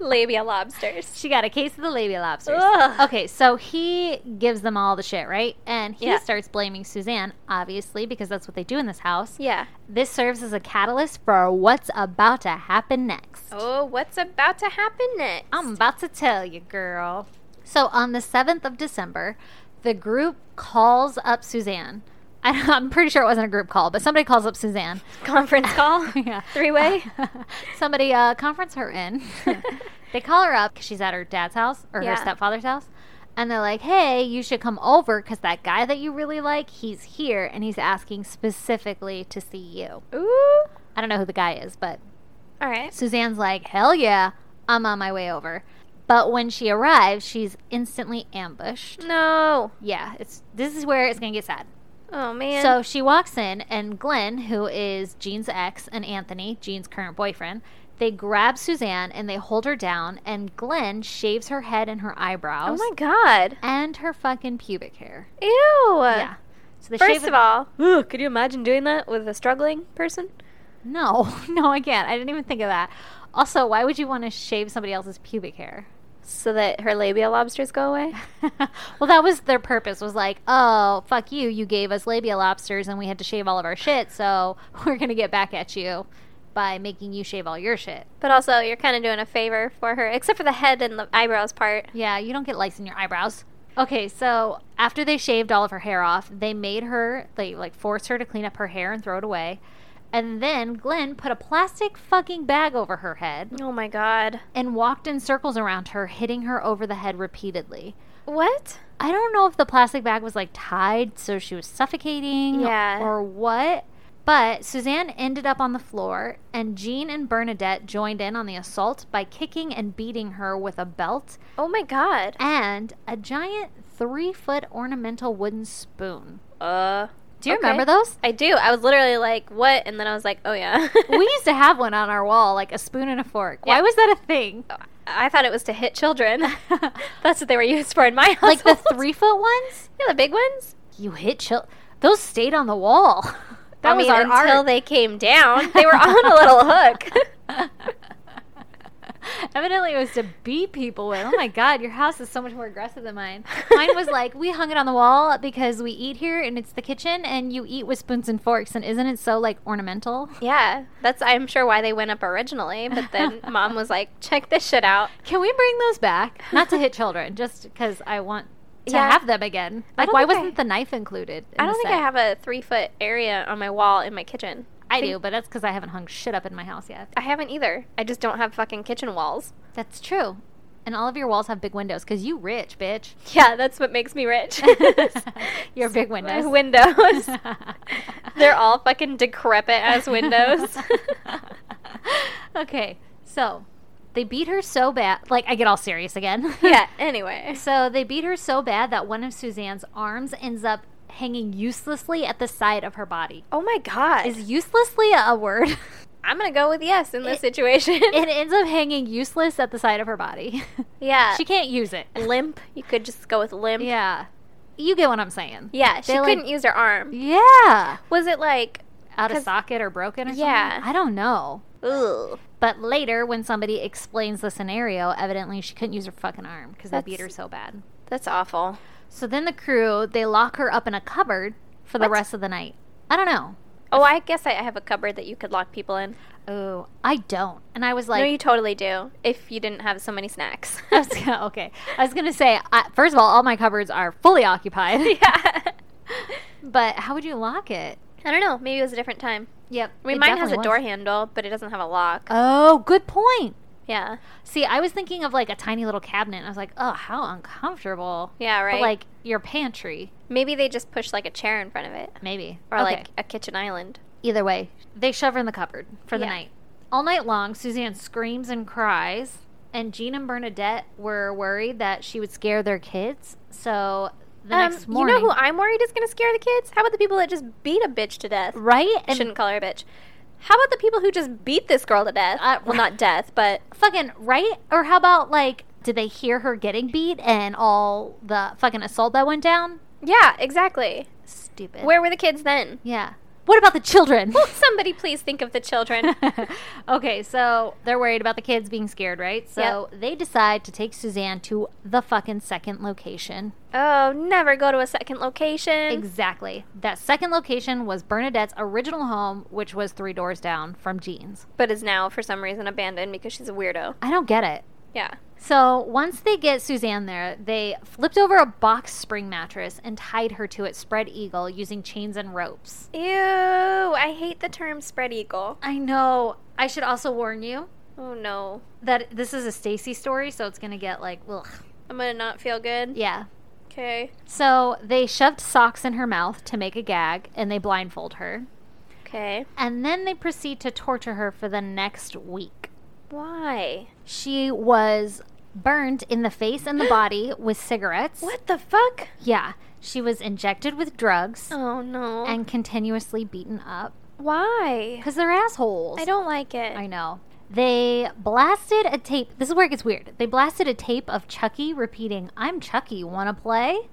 [SPEAKER 2] labia lobsters.
[SPEAKER 1] She got a case of the labia lobsters.
[SPEAKER 2] Ugh.
[SPEAKER 1] Okay, so he gives them all the shit, right? And he
[SPEAKER 2] Yeah.
[SPEAKER 1] starts blaming Suzanne, obviously, because that's what they do in this house.
[SPEAKER 2] Yeah.
[SPEAKER 1] This serves as a catalyst for what's about to happen next.
[SPEAKER 2] Oh, what's about to happen next?
[SPEAKER 1] I'm about to tell you, girl. So on the 7th of December, the group calls up Suzanne. I, I'm pretty sure it wasn't a group call, but somebody calls up Suzanne.
[SPEAKER 2] conference call.
[SPEAKER 1] Yeah.
[SPEAKER 2] Three way.
[SPEAKER 1] somebody uh, conference her in. they call her up because she's at her dad's house or
[SPEAKER 2] Yeah.
[SPEAKER 1] her stepfather's house. And they're like, hey, you should come over because that guy that you really like, he's here and he's asking specifically to see you.
[SPEAKER 2] Ooh.
[SPEAKER 1] I don't know who the guy is, but
[SPEAKER 2] All right.
[SPEAKER 1] Suzanne's like, hell yeah, I'm on my way over. But when she arrives, she's instantly ambushed.
[SPEAKER 2] No.
[SPEAKER 1] Yeah, it's this is where it's gonna get sad.
[SPEAKER 2] Oh man.
[SPEAKER 1] So she walks in, and Glenn, who is Jean's ex, and Anthony, Jean's current boyfriend, they grab Suzanne and they hold her down, and Glenn shaves her head and her
[SPEAKER 2] oh
[SPEAKER 1] eyebrows
[SPEAKER 2] my god.
[SPEAKER 1] and her fucking pubic hair.
[SPEAKER 2] Ew.
[SPEAKER 1] yeah. So they
[SPEAKER 2] Uh, First
[SPEAKER 1] shave
[SPEAKER 2] of all, ooh, could you imagine doing that with a struggling person?
[SPEAKER 1] no, no, I can't. I didn't even think of that. Also, why would you want to shave somebody else's pubic hair?
[SPEAKER 2] So that her labia lobsters go away?
[SPEAKER 1] well, that was their purpose. Was like, oh fuck you, you gave us labia lobsters, and we had to shave all of our shit, so we're gonna get back at you by making you shave all your shit.
[SPEAKER 2] But also, you're kind of doing a favor for her, except for the head and the eyebrows part.
[SPEAKER 1] Yeah, you don't get lice in your eyebrows. Okay, so after they shaved all of her hair off, they made her, they like forced her to clean up her hair and throw it away. And then Glenn put a plastic fucking bag over her head
[SPEAKER 2] Oh my god.
[SPEAKER 1] and walked in circles around her, hitting her over the head repeatedly.
[SPEAKER 2] What?
[SPEAKER 1] I don't know if the plastic bag was like tied so she was suffocating
[SPEAKER 2] Yeah.
[SPEAKER 1] or what. But Suzanne ended up on the floor, and Jean and Bernadette joined in on the assault by kicking and beating her with a belt
[SPEAKER 2] Oh my god.
[SPEAKER 1] and a giant three foot ornamental wooden spoon.
[SPEAKER 2] Uh.
[SPEAKER 1] Do you remember those?
[SPEAKER 2] I do. I was literally like, what? And then I was like, oh yeah.
[SPEAKER 1] We used to have one on our wall, like a spoon and a fork. Why
[SPEAKER 2] Yeah.
[SPEAKER 1] was that a thing?
[SPEAKER 2] I thought it was to hit children. That's what they were used for in my house.
[SPEAKER 1] Like the three foot ones?
[SPEAKER 2] yeah, the big ones.
[SPEAKER 1] You hit chill. Those stayed on the wall. That
[SPEAKER 2] I
[SPEAKER 1] was
[SPEAKER 2] mean,
[SPEAKER 1] our
[SPEAKER 2] until
[SPEAKER 1] art.
[SPEAKER 2] they came down, they were on a little hook.
[SPEAKER 1] Evidently, it was to beat people with. Oh my god, your house is so much more aggressive than mine. Mine was like we hung it on the wall because we eat here and it's the kitchen, and you eat with spoons and forks, and isn't it so like ornamental?
[SPEAKER 2] Yeah, that's I'm sure why they went up originally, but then mom was like, "Check this shit out."
[SPEAKER 1] Can we bring those back? Not to hit children, just because I want to
[SPEAKER 2] Yeah.
[SPEAKER 1] have them again.
[SPEAKER 2] I
[SPEAKER 1] Like,
[SPEAKER 2] don't
[SPEAKER 1] why
[SPEAKER 2] think I-
[SPEAKER 1] wasn't the knife included? in
[SPEAKER 2] I don't
[SPEAKER 1] the
[SPEAKER 2] think I
[SPEAKER 1] set?
[SPEAKER 2] have a three foot area on my wall in my kitchen.
[SPEAKER 1] I do, but that's because I haven't hung shit up in my house yet.
[SPEAKER 2] I haven't either. I just don't have fucking kitchen walls.
[SPEAKER 1] That's true. And all of your walls have big windows because you rich, bitch.
[SPEAKER 2] Yeah, that's what makes me rich.
[SPEAKER 1] Your big windows.
[SPEAKER 2] windows. They're all fucking decrepit as windows.
[SPEAKER 1] okay, so they beat her so bad. Like, I get all serious again.
[SPEAKER 2] yeah. Anyway,
[SPEAKER 1] So they beat her so bad that one of Suzanne's arms ends up hanging uselessly at the side of her body.
[SPEAKER 2] oh my god,
[SPEAKER 1] Is uselessly a word?
[SPEAKER 2] I'm gonna go with yes in this situation.
[SPEAKER 1] it ends up hanging useless at the side of her body.
[SPEAKER 2] yeah,
[SPEAKER 1] she can't use it.
[SPEAKER 2] limp. You could just go with limp. Yeah,
[SPEAKER 1] Yeah. You get what I'm saying.
[SPEAKER 2] she
[SPEAKER 1] They, like-
[SPEAKER 2] couldn't use her arm.
[SPEAKER 1] Yeah.
[SPEAKER 2] Was it like,
[SPEAKER 1] Out of
[SPEAKER 2] 'Cause-
[SPEAKER 1] socket or broken or
[SPEAKER 2] Yeah.
[SPEAKER 1] something? I don't know.
[SPEAKER 2] ugh?
[SPEAKER 1] But later, when somebody explains the scenario, evidently she couldn't use her fucking arm because they
[SPEAKER 2] That's-
[SPEAKER 1] beat her so bad.
[SPEAKER 2] That's awful.
[SPEAKER 1] So then the crew, they lock her up in a cupboard for the
[SPEAKER 2] What?
[SPEAKER 1] rest of the night. I don't know.
[SPEAKER 2] Oh, I guess I have a cupboard that you could lock people in.
[SPEAKER 1] Oh, I don't. And I was like,
[SPEAKER 2] no, you totally do. If you didn't have so many snacks.
[SPEAKER 1] I was gonna- okay. I was going to say, I, first of all, all my cupboards are fully occupied.
[SPEAKER 2] yeah.
[SPEAKER 1] But how would you lock it?
[SPEAKER 2] I don't know. Maybe it was a different time.
[SPEAKER 1] Yep.
[SPEAKER 2] I mean,
[SPEAKER 1] it
[SPEAKER 2] mine has
[SPEAKER 1] definitely
[SPEAKER 2] a door
[SPEAKER 1] was.
[SPEAKER 2] handle, but it doesn't have a lock.
[SPEAKER 1] Oh, good point.
[SPEAKER 2] yeah.
[SPEAKER 1] See, I was thinking of like a tiny little cabinet. And I was like, oh, how uncomfortable.
[SPEAKER 2] Yeah.
[SPEAKER 1] But,
[SPEAKER 2] Right. like
[SPEAKER 1] like your pantry,
[SPEAKER 2] maybe they just push like a chair in front of it,
[SPEAKER 1] maybe.
[SPEAKER 2] or
[SPEAKER 1] Okay.
[SPEAKER 2] like a kitchen island.
[SPEAKER 1] either way, they shove her in the cupboard for the
[SPEAKER 2] Yeah.
[SPEAKER 1] night. All night long, Suzanne screams and cries. and Jean and Bernadette were worried that she would scare their kids. So the
[SPEAKER 2] Um,
[SPEAKER 1] next morning,
[SPEAKER 2] You know who I'm worried is going to scare the kids? How about the people that just beat a bitch to death?
[SPEAKER 1] right?
[SPEAKER 2] I
[SPEAKER 1] And
[SPEAKER 2] shouldn't call her a bitch. How about the people who just beat this girl to death?
[SPEAKER 1] Uh,
[SPEAKER 2] well, not death, but
[SPEAKER 1] fucking right? Or how about like, did they hear her getting beat and all the fucking assault that went down?
[SPEAKER 2] yeah, exactly.
[SPEAKER 1] Stupid.
[SPEAKER 2] Where were the kids then?
[SPEAKER 1] Yeah. What about the children?
[SPEAKER 2] Somebody please think of the children.
[SPEAKER 1] okay, so they're worried about the kids being scared, right? So they decide to take Suzanne to the fucking second location.
[SPEAKER 2] oh, never go to a second location.
[SPEAKER 1] Exactly. That second location was Bernadette's original home, which was three doors down from Jean's.
[SPEAKER 2] but is now for some reason abandoned because she's a weirdo.
[SPEAKER 1] I don't get it.
[SPEAKER 2] Yeah.
[SPEAKER 1] So once they get Suzanne there, they flipped over a box spring mattress and tied her to it spread eagle using chains and ropes.
[SPEAKER 2] Ew, I hate the term spread eagle.
[SPEAKER 1] I know. I should also warn you
[SPEAKER 2] Oh no.
[SPEAKER 1] that this is a Stacy story, so it's going to get like, ugh.
[SPEAKER 2] I'm going to not feel good.
[SPEAKER 1] Yeah.
[SPEAKER 2] Okay.
[SPEAKER 1] So they shoved socks in her mouth to make a gag and they blindfold her.
[SPEAKER 2] Okay.
[SPEAKER 1] And then they proceed to torture her for the next week.
[SPEAKER 2] Why?
[SPEAKER 1] She was burned in the face and the body with cigarettes.
[SPEAKER 2] What the fuck?
[SPEAKER 1] Yeah. She was injected with drugs
[SPEAKER 2] Oh no.
[SPEAKER 1] and continuously beaten up
[SPEAKER 2] why?
[SPEAKER 1] because they're assholes.
[SPEAKER 2] I don't like it.
[SPEAKER 1] I know. They blasted a tape. This is where it gets weird. They blasted a tape of Chucky repeating, I'm Chucky, wanna play?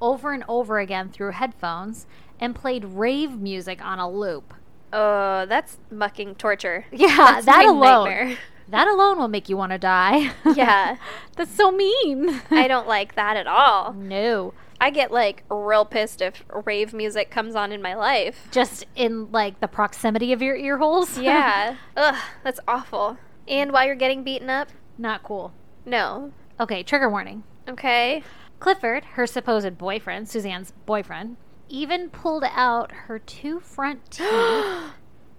[SPEAKER 1] over and over again through headphones and played rave music on a loop.
[SPEAKER 2] Oh, that's mucking torture.
[SPEAKER 1] Yeah,
[SPEAKER 2] That's
[SPEAKER 1] that
[SPEAKER 2] my
[SPEAKER 1] alone.
[SPEAKER 2] nightmare.
[SPEAKER 1] That alone will make you wanna die.
[SPEAKER 2] Yeah.
[SPEAKER 1] That's so mean.
[SPEAKER 2] I don't like that at all.
[SPEAKER 1] No.
[SPEAKER 2] I get like real pissed if rave music comes on in my life.
[SPEAKER 1] Just in like the proximity of your ear holes.
[SPEAKER 2] Yeah. Ugh, that's awful. And while you're getting beaten up?
[SPEAKER 1] Not cool.
[SPEAKER 2] No.
[SPEAKER 1] Okay, trigger warning.
[SPEAKER 2] Okay.
[SPEAKER 1] Clifford, her supposed boyfriend, Suzanne's boyfriend, even pulled out her two front teeth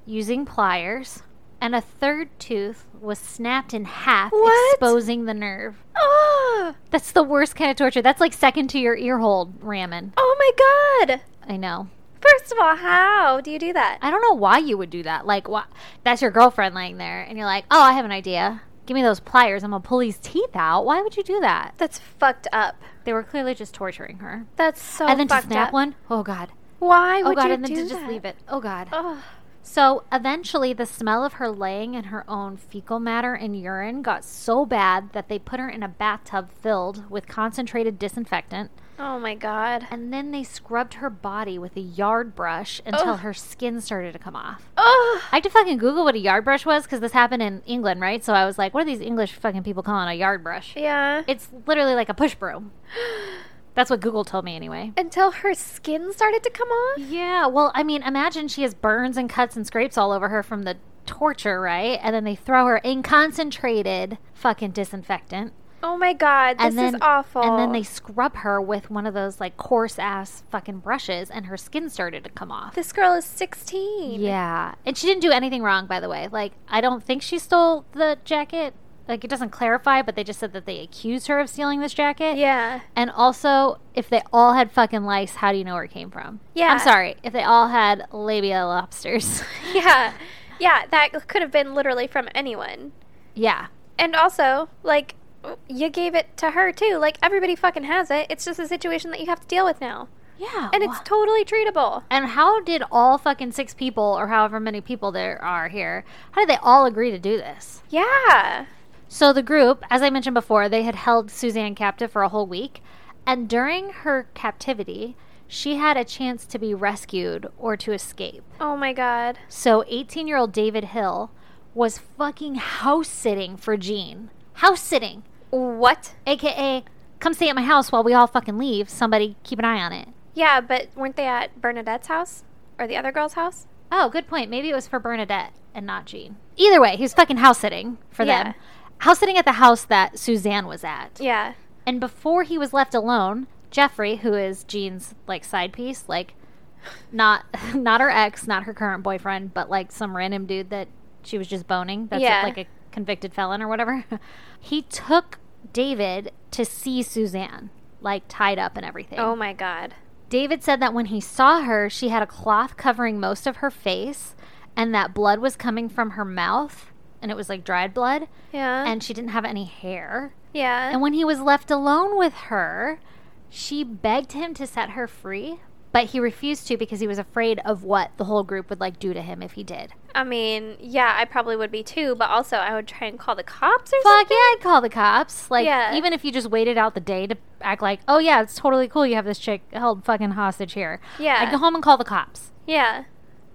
[SPEAKER 1] using pliers, and a third tooth was snapped in half,
[SPEAKER 2] What?
[SPEAKER 1] exposing the nerve.
[SPEAKER 2] Oh,
[SPEAKER 1] That's the worst kind of torture. That's like second to your ear hole ramming.
[SPEAKER 2] oh my god.
[SPEAKER 1] I know.
[SPEAKER 2] First of all, how do you do that?
[SPEAKER 1] I don't know why you would do that. Like, why? That's your girlfriend laying there, and you're like, "Oh, I have an idea. Give me those pliers. I'm gonna pull these teeth out." Why would you do that?
[SPEAKER 2] That's fucked up.
[SPEAKER 1] They were clearly just torturing her.
[SPEAKER 2] That's so
[SPEAKER 1] and then to
[SPEAKER 2] Oh, fucked
[SPEAKER 1] snap
[SPEAKER 2] up.
[SPEAKER 1] one, oh god.
[SPEAKER 2] Why would
[SPEAKER 1] oh god,
[SPEAKER 2] you
[SPEAKER 1] and then
[SPEAKER 2] do
[SPEAKER 1] to just
[SPEAKER 2] that?
[SPEAKER 1] leave it. Oh god.
[SPEAKER 2] Ugh.
[SPEAKER 1] So eventually, the smell of her laying in her own fecal matter and urine got so bad that they put her in a bathtub filled with concentrated disinfectant,
[SPEAKER 2] Oh my god.
[SPEAKER 1] and then they scrubbed her body with a yard brush until
[SPEAKER 2] Ugh.
[SPEAKER 1] her skin started to come off.
[SPEAKER 2] Ugh.
[SPEAKER 1] I had to fucking Google what a yard brush was because this happened in England, right? So I was like, what are these English fucking people calling a yard brush?
[SPEAKER 2] Yeah.
[SPEAKER 1] It's literally like a push broom. That's what Google told me anyway.
[SPEAKER 2] Until her skin started to come off?
[SPEAKER 1] Yeah, well, I mean, imagine she has burns and cuts and scrapes all over her from the torture, right? And then they throw her in concentrated fucking disinfectant.
[SPEAKER 2] Oh my god, this
[SPEAKER 1] and then,
[SPEAKER 2] is awful.
[SPEAKER 1] And then they scrub her with one of those like coarse ass fucking brushes, and her skin started to come off.
[SPEAKER 2] This girl is 16.
[SPEAKER 1] Yeah, and she didn't do anything wrong, by the way. Like, I don't think she stole the jacket. Like, it doesn't clarify, but they just said that they accused her of stealing this jacket.
[SPEAKER 2] Yeah.
[SPEAKER 1] And also, if they all had fucking lice, how do you know where it came from?
[SPEAKER 2] Yeah.
[SPEAKER 1] I'm sorry. If they all had labia lobsters.
[SPEAKER 2] Yeah. Yeah, that could have been literally from anyone.
[SPEAKER 1] yeah.
[SPEAKER 2] And also, like, you gave it to her too. Like, everybody fucking has it. It's just a situation that you have to deal with now.
[SPEAKER 1] Yeah.
[SPEAKER 2] And it's totally treatable.
[SPEAKER 1] and how did all fucking six people or however many people there are here? How did they all agree to do this?
[SPEAKER 2] Yeah.
[SPEAKER 1] So the group, as I mentioned before, they had held Suzanne captive for a whole week, and during her captivity, she had a chance to be rescued or to escape.
[SPEAKER 2] Oh my god.
[SPEAKER 1] So 18 year old David Hill was fucking house sitting for Jean. House sitting.
[SPEAKER 2] What?
[SPEAKER 1] AKA, come stay at my house while we all fucking leave. Somebody keep an eye on it.
[SPEAKER 2] Yeah, but weren't they at Bernadette's house? Or the other girl's house?
[SPEAKER 1] Oh, good point. Maybe it was for Bernadette and not Jean. Either way, he was fucking house sitting for
[SPEAKER 2] Yeah.
[SPEAKER 1] them. House sitting at the house that Suzanne was at.
[SPEAKER 2] Yeah.
[SPEAKER 1] And before he was left alone, Jeffrey, who is Jean's like side piece, like not not her ex, not her current boyfriend, but like some random dude that she was just boning. That's
[SPEAKER 2] Yeah.
[SPEAKER 1] like a convicted felon or whatever. he took David to see Suzanne, like tied up and everything.
[SPEAKER 2] Oh my god.
[SPEAKER 1] David said that when he saw her, she had a cloth covering most of her face and that blood was coming from her mouth and it was like dried blood,
[SPEAKER 2] Yeah.
[SPEAKER 1] and she didn't have any hair.
[SPEAKER 2] yeah.
[SPEAKER 1] And when he was left alone with her, she begged him to set her free, but he refused to because he was afraid of what the whole group would like do to him if he did.
[SPEAKER 2] I mean, yeah, I probably would be too, but also I would try and call the cops or
[SPEAKER 1] Fuck yeah, I'd call the cops. Like,
[SPEAKER 2] Yeah.
[SPEAKER 1] even if you just waited out the day to act like, oh yeah, it's totally cool you have this chick held fucking hostage here.
[SPEAKER 2] Yeah.
[SPEAKER 1] I'd go home and call the cops.
[SPEAKER 2] something. Yeah.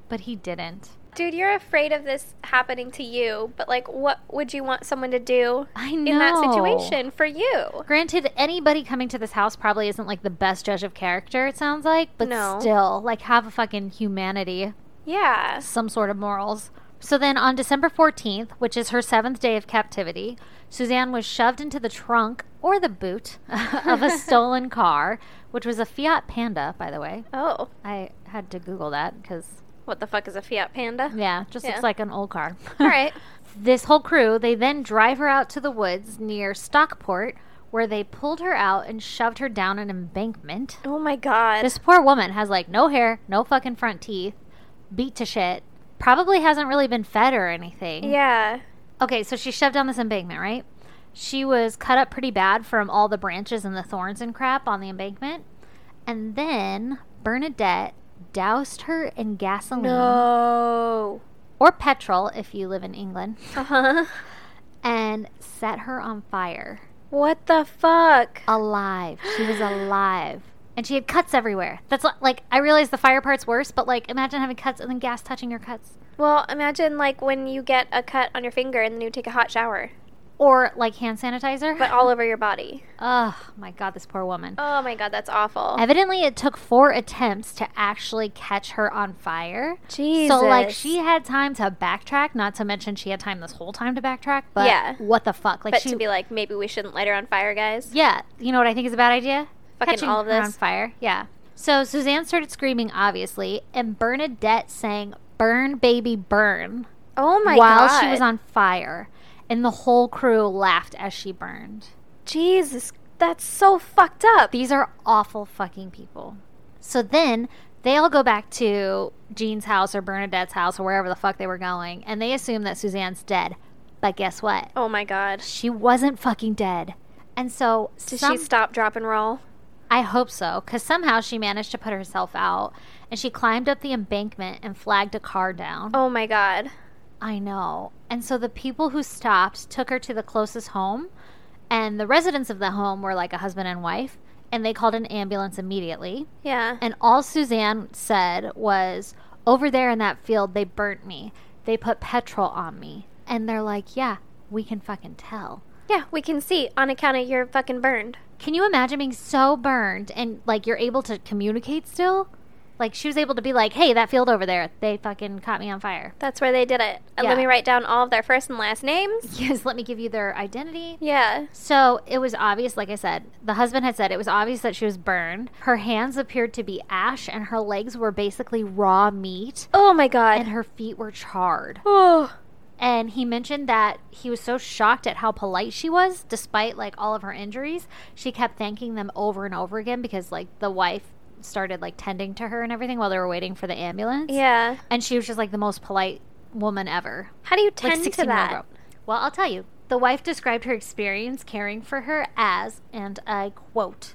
[SPEAKER 1] But he didn't.
[SPEAKER 2] Dude, you're afraid of this happening to you, but like what would you want someone to do
[SPEAKER 1] I know.
[SPEAKER 2] in that situation for you?
[SPEAKER 1] Granted, anybody coming to this house probably isn't like the best judge of character, it sounds like, but
[SPEAKER 2] No.
[SPEAKER 1] still, like, have a fucking humanity.
[SPEAKER 2] Yeah.
[SPEAKER 1] some sort of morals. So then on December 14th, which is her seventh day of captivity, Suzanne was shoved into the trunk or the boot of a stolen car, which was a Fiat Panda, by the way.
[SPEAKER 2] Oh,
[SPEAKER 1] I had to Google that because,
[SPEAKER 2] what the fuck is a Fiat Panda?
[SPEAKER 1] yeah, just
[SPEAKER 2] Yeah.
[SPEAKER 1] looks like an old car.
[SPEAKER 2] All right.
[SPEAKER 1] This whole crew, they then drive her out to the woods near Stockport, where they pulled her out and shoved her down an embankment.
[SPEAKER 2] Oh my god.
[SPEAKER 1] This poor woman has like no hair, no fucking front teeth, beat to shit, probably hasn't really been fed or anything.
[SPEAKER 2] yeah.
[SPEAKER 1] Okay, so she shoved down this embankment, right? She was cut up pretty bad from all the branches and the thorns and crap on the embankment. And then Bernadette doused her in gasoline Oh.
[SPEAKER 2] No.
[SPEAKER 1] or petrol if you live in England
[SPEAKER 2] Uh-huh.
[SPEAKER 1] and set her on fire.
[SPEAKER 2] What the fuck?
[SPEAKER 1] Alive. She was alive. And she had cuts everywhere. That's li- like, I realize the fire part's worse, but like, imagine having cuts and then gas touching your cuts.
[SPEAKER 2] Well, imagine like when you get a cut on your finger and then you take a hot shower,
[SPEAKER 1] Or like hand sanitizer.
[SPEAKER 2] but all over your body.
[SPEAKER 1] oh my god, this poor woman.
[SPEAKER 2] Oh my god, that's awful.
[SPEAKER 1] Evidently, it took four attempts to actually catch her on fire.
[SPEAKER 2] Jesus.
[SPEAKER 1] So, like, she had time to backtrack, not to mention she had time this whole time to backtrack, but
[SPEAKER 2] Yeah.
[SPEAKER 1] what the fuck? Like,
[SPEAKER 2] But
[SPEAKER 1] she.
[SPEAKER 2] to be like, maybe we shouldn't light her on fire, guys.
[SPEAKER 1] yeah, you know what I think is a bad idea?
[SPEAKER 2] Fucking
[SPEAKER 1] Catching
[SPEAKER 2] all of
[SPEAKER 1] her on
[SPEAKER 2] this.
[SPEAKER 1] fire. Yeah. So, Suzanne started screaming, obviously, and Bernadette sang, Burn, baby, burn,
[SPEAKER 2] Oh my
[SPEAKER 1] while
[SPEAKER 2] god.
[SPEAKER 1] she was on fire. And the whole crew laughed as she burned.
[SPEAKER 2] Jesus, that's so fucked up.
[SPEAKER 1] These are awful fucking people. So then they all go back to Jean's house or Bernadette's house or wherever the fuck they were going, and they assume that Suzanne's dead. But guess what?
[SPEAKER 2] oh my god.
[SPEAKER 1] She wasn't fucking dead. And so
[SPEAKER 2] Did
[SPEAKER 1] some-
[SPEAKER 2] she stop, drop, and roll?
[SPEAKER 1] I hope so, because somehow she managed to put herself out and she climbed up the embankment and flagged a car down.
[SPEAKER 2] Oh my god.
[SPEAKER 1] I know. And so the people who stopped took her to the closest home, and the residents of the home were like a husband and wife, and they called an ambulance immediately.
[SPEAKER 2] Yeah.
[SPEAKER 1] And all Suzanne said was, over there in that field, they burnt me. They put petrol on me. And they're like, yeah, we can fucking tell.
[SPEAKER 2] yeah, we can see on account of you're fucking burned.
[SPEAKER 1] Can you imagine being so burned and like you're able to communicate still? Like she was able to be like, hey, that field over there, they fucking caught me on fire.
[SPEAKER 2] That's where they did it. And
[SPEAKER 1] Yeah.
[SPEAKER 2] Let me write down all of their first and last names.
[SPEAKER 1] Yes, let me give you their identity.
[SPEAKER 2] Yeah.
[SPEAKER 1] So it was obvious, like I said, the husband had said it was obvious that she was burned. Her hands appeared to be ash and her legs were basically raw meat
[SPEAKER 2] Oh my god.
[SPEAKER 1] and her feet were charred.
[SPEAKER 2] oh.
[SPEAKER 1] and he mentioned that he was so shocked at how polite she was despite like all of her injuries she kept thanking them over and over again because like the wife started like tending to her and everything while they were waiting for the ambulance
[SPEAKER 2] Yeah.
[SPEAKER 1] and she was just like the most polite woman ever
[SPEAKER 2] How do you
[SPEAKER 1] like
[SPEAKER 2] tend to
[SPEAKER 1] 16 year old
[SPEAKER 2] that?
[SPEAKER 1] girl. well i'll tell you the wife described her experience caring for her as and i quote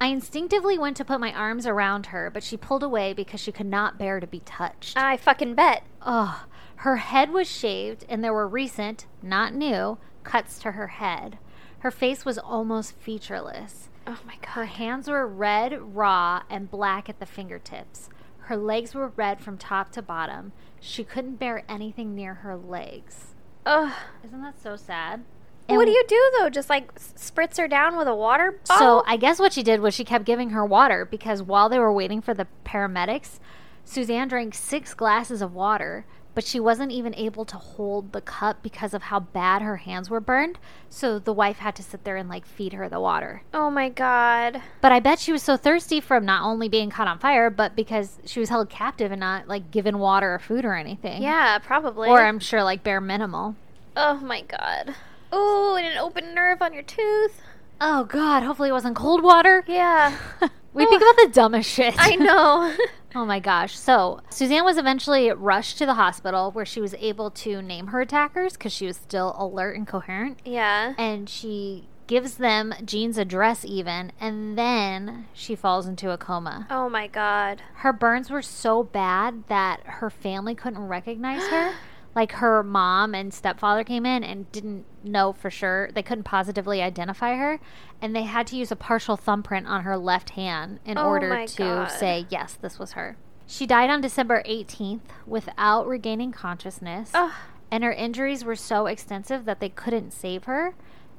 [SPEAKER 1] i instinctively went to put my arms around her but she pulled away because she could not bear to be touched
[SPEAKER 2] I fucking bet.
[SPEAKER 1] Ugh. Her head was shaved, and there were recent, not new, cuts to her head. Her face was almost featureless.
[SPEAKER 2] Oh my
[SPEAKER 1] Her
[SPEAKER 2] god.
[SPEAKER 1] hands were red, raw, and black at the fingertips. Her legs were red from top to bottom. She couldn't bear anything near her legs.
[SPEAKER 2] Ugh.
[SPEAKER 1] Isn't that so sad?
[SPEAKER 2] what
[SPEAKER 1] And
[SPEAKER 2] do you do though? Just like s- spritz her down with a water bottle?
[SPEAKER 1] So I guess what she did was she kept giving her water because while they were waiting for the paramedics, Suzanne drank six glasses of water, but she wasn't even able to hold the cup because of how bad her hands were burned. So the wife had to sit there and like feed her the water.
[SPEAKER 2] oh my god.
[SPEAKER 1] But I bet she was so thirsty from not only being caught on fire, but because she was held captive and not like given water or food or anything.
[SPEAKER 2] Yeah, probably.
[SPEAKER 1] Or I'm sure like bare minimal.
[SPEAKER 2] oh my god. Ooh, and an open nerve on your tooth.
[SPEAKER 1] Oh God, hopefully it wasn't cold water.
[SPEAKER 2] Yeah.
[SPEAKER 1] We think about the dumbest shit.
[SPEAKER 2] I know.
[SPEAKER 1] Oh my gosh. So, Suzanne was eventually rushed to the hospital where she was able to name her attackers because she was still alert and coherent.
[SPEAKER 2] yeah.
[SPEAKER 1] And she gives them Jean's address, even, and then she falls into a coma.
[SPEAKER 2] Oh my god.
[SPEAKER 1] Her burns were so bad that her family couldn't recognize her. Like her mom and stepfather came in and didn't know for sure. They couldn't positively identify her. And they had to use a partial thumbprint on her left hand in
[SPEAKER 2] Oh
[SPEAKER 1] order
[SPEAKER 2] my
[SPEAKER 1] to
[SPEAKER 2] God.
[SPEAKER 1] say, yes, this was her. She died on December 18th without regaining consciousness.
[SPEAKER 2] Ugh.
[SPEAKER 1] And her injuries were so extensive that they couldn't save her.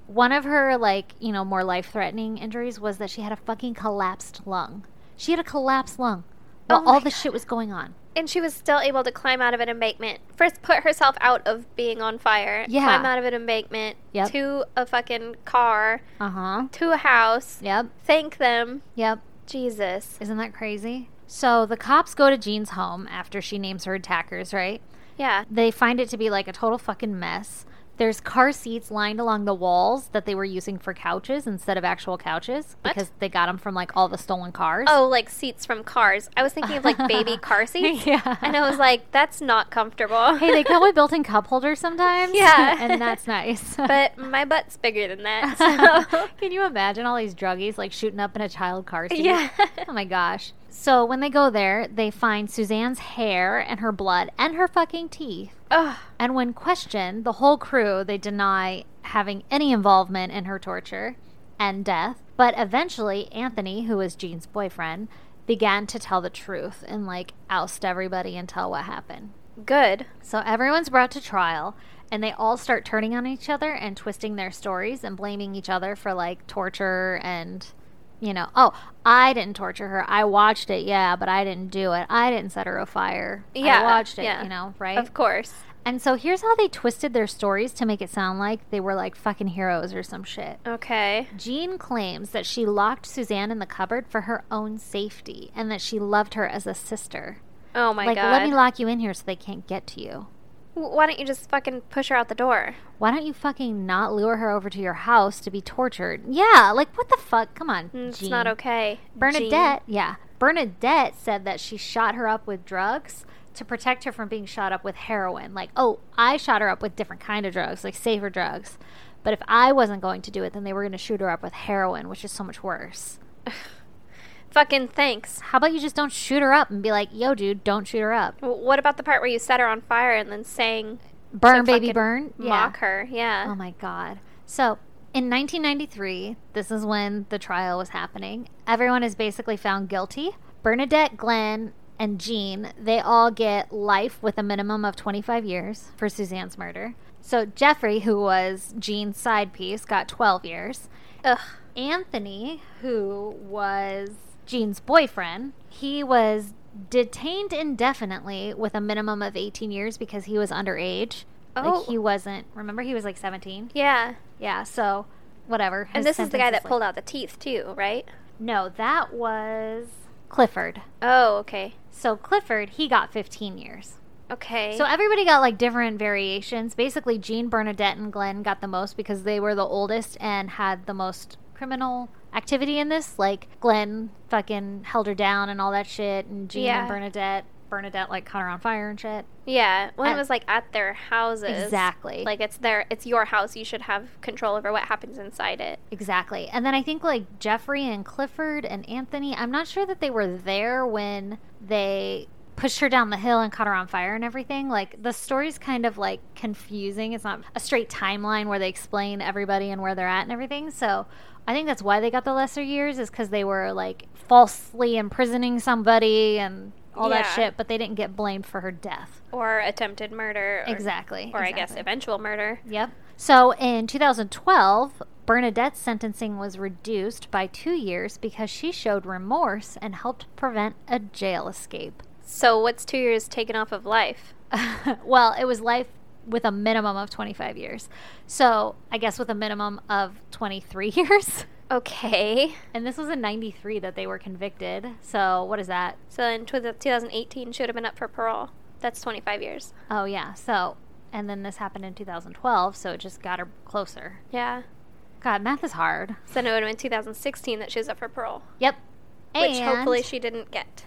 [SPEAKER 1] One of her, like, you know, more life threatening injuries was that she had a fucking collapsed lung. She had a collapsed lung while
[SPEAKER 2] Oh my
[SPEAKER 1] all this shit was going on.
[SPEAKER 2] And she was still able to climb out of an embankment. First, put herself out of being on fire.
[SPEAKER 1] Yeah.
[SPEAKER 2] Climb out of an embankment.
[SPEAKER 1] Yep.
[SPEAKER 2] To a fucking car.
[SPEAKER 1] Uh huh.
[SPEAKER 2] To a house.
[SPEAKER 1] Yep.
[SPEAKER 2] Thank them.
[SPEAKER 1] Yep.
[SPEAKER 2] Jesus.
[SPEAKER 1] Isn't that crazy? So the cops go to Jean's home after she names her attackers, right?
[SPEAKER 2] Yeah.
[SPEAKER 1] They find it to be like a total fucking mess. There's car seats lined along the walls that they were using for couches instead of actual couches
[SPEAKER 2] What?
[SPEAKER 1] because they got them from like all the stolen cars.
[SPEAKER 2] Oh, like seats from cars. I was thinking of like baby car seats.
[SPEAKER 1] Yeah.
[SPEAKER 2] And I was like, that's not comfortable.
[SPEAKER 1] hey, they come with built-in cup holders sometimes.
[SPEAKER 2] Yeah.
[SPEAKER 1] and that's nice.
[SPEAKER 2] but my butt's bigger than that. So.
[SPEAKER 1] Can you imagine all these druggies like shooting up in a child car seat?
[SPEAKER 2] Yeah.
[SPEAKER 1] Oh my gosh. So when they go there, they find Suzanne's hair and her blood and her fucking teeth.
[SPEAKER 2] Ugh.
[SPEAKER 1] And when questioned, the whole crew they deny having any involvement in her torture and death. But eventually, Anthony, who was Jean's boyfriend, began to tell the truth and like oust everybody and tell what happened.
[SPEAKER 2] Good.
[SPEAKER 1] So everyone's brought to trial, and they all start turning on each other and twisting their stories and blaming each other for like torture and, you know, oh, I didn't torture her. I watched it, yeah, but I didn't do it. I didn't set her afire.
[SPEAKER 2] Yeah,
[SPEAKER 1] I watched it,
[SPEAKER 2] yeah.
[SPEAKER 1] you know, right?
[SPEAKER 2] Of course.
[SPEAKER 1] And so here's how they twisted their stories to make it sound like they were like fucking heroes or some shit.
[SPEAKER 2] Okay.
[SPEAKER 1] Jean claims that she locked Suzanne in the cupboard for her own safety and that she loved her as a sister.
[SPEAKER 2] Oh my
[SPEAKER 1] like,
[SPEAKER 2] god.
[SPEAKER 1] let me lock you in here so they can't get to you.
[SPEAKER 2] W- Why don't you just fucking push her out the door?
[SPEAKER 1] Why don't you fucking not lure her over to your house to be tortured? Yeah, like what the fuck? Come on.
[SPEAKER 2] Mm, It's
[SPEAKER 1] Jean.
[SPEAKER 2] not okay.
[SPEAKER 1] Bernadette, yeah. Bernadette said that she shot her up with drugs to protect her from being shot up with heroin. Like, oh, I shot her up with different kind of drugs, like safer drugs. But if I wasn't going to do it, then they were going to shoot her up with heroin, which is so much worse.
[SPEAKER 2] Jean. Fucking thanks.
[SPEAKER 1] How about you just don't shoot her up and be like, "Yo, dude, don't shoot her up.
[SPEAKER 2] W- What about the part where you set her on fire and then sang,
[SPEAKER 1] Burn,
[SPEAKER 2] To
[SPEAKER 1] baby,
[SPEAKER 2] fucking
[SPEAKER 1] burn."
[SPEAKER 2] mock her? Yeah.
[SPEAKER 1] Oh my God. So in 1993, this is when the trial was happening. Everyone is basically found guilty. Bernadette, Glenn, and Jean, they all get life with a minimum of 25 years for Suzanne's murder. So Jeffrey, who was Jean's side piece, got 12 years.
[SPEAKER 2] Ugh.
[SPEAKER 1] Anthony, who was Jean's boyfriend, he was detained indefinitely with a minimum of 18 years because he was underage.
[SPEAKER 2] Oh.
[SPEAKER 1] Like he wasn't, remember he was like 17?
[SPEAKER 2] Yeah.
[SPEAKER 1] Yeah, so whatever.
[SPEAKER 2] And
[SPEAKER 1] His
[SPEAKER 2] this is the guy
[SPEAKER 1] sentence
[SPEAKER 2] that pulled out the teeth too, right?
[SPEAKER 1] like- No, that was Clifford.
[SPEAKER 2] Oh, okay.
[SPEAKER 1] So Clifford, he got 15 years.
[SPEAKER 2] Okay.
[SPEAKER 1] So everybody got like different variations. Basically, Jean, Bernadette, and Glenn got the most because they were the oldest and had the most criminal activity in this. Like Glenn fucking held her down and all that shit, and Jean
[SPEAKER 2] Yeah.
[SPEAKER 1] and Bernadette, Bernadette like caught her on fire and shit.
[SPEAKER 2] yeah, when
[SPEAKER 1] Uh,
[SPEAKER 2] it was like at their houses.
[SPEAKER 1] Exactly.
[SPEAKER 2] Like it's their it's your house, you should have control over what happens inside it.
[SPEAKER 1] Exactly. And then I think like Jeffrey and Clifford and Anthony, I'm not sure that they were there when they pushed her down the hill and caught her on fire and everything. Like the story's kind of like confusing. It's not a straight timeline where they explain everybody and where they're at and everything. So I think that's why they got the lesser years is because they were like falsely imprisoning somebody and all that
[SPEAKER 2] Yeah.
[SPEAKER 1] shit, but they didn't get blamed for her death.
[SPEAKER 2] Or attempted murder. Or,
[SPEAKER 1] Exactly.
[SPEAKER 2] Or I guess
[SPEAKER 1] exactly.
[SPEAKER 2] eventual murder.
[SPEAKER 1] Yep. So in 2012, Bernadette's sentencing was reduced by two years because she showed remorse and helped prevent a jail escape.
[SPEAKER 2] So what's two years taken off of life?
[SPEAKER 1] well, it was life with a minimum of 25 years. So I guess with a minimum of 23 years.
[SPEAKER 2] Okay.
[SPEAKER 1] And this was in 93 that they were convicted. So what is that?
[SPEAKER 2] So in tw- 2018, she would have been up for parole. That's 25 years.
[SPEAKER 1] Oh, yeah. So, and then this happened in 2012. So it just got her closer.
[SPEAKER 2] Yeah.
[SPEAKER 1] God, math is hard.
[SPEAKER 2] So then it would have been 2016 that she was up for parole.
[SPEAKER 1] Yep.
[SPEAKER 2] which hopefully
[SPEAKER 1] And-
[SPEAKER 2] she didn't get.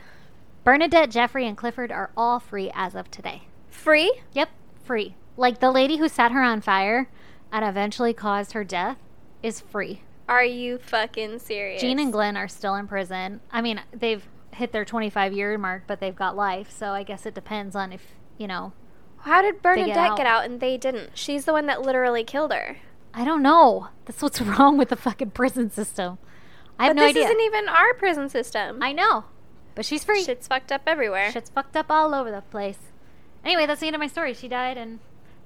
[SPEAKER 1] Bernadette, Jeffrey, and Clifford are all free as of today.
[SPEAKER 2] Free?
[SPEAKER 1] Yep, free. Like the lady who set her on fire and eventually caused her death is free.
[SPEAKER 2] Are you fucking serious?
[SPEAKER 1] Jean and Glenn are still in prison. I mean, they've hit their 25 year mark, but they've got life, so I guess it depends on if, you know,
[SPEAKER 2] How did Bernadette get out.
[SPEAKER 1] out.
[SPEAKER 2] and they didn't? She's the one that literally killed her.
[SPEAKER 1] I don't know. That's what's wrong with the fucking prison system. I have
[SPEAKER 2] But
[SPEAKER 1] no
[SPEAKER 2] this
[SPEAKER 1] idea.
[SPEAKER 2] isn't even our prison system.
[SPEAKER 1] I know. But she's free.
[SPEAKER 2] Shit's fucked up everywhere.
[SPEAKER 1] Shit's fucked up all over the place. Anyway, that's the end of my story. She died, and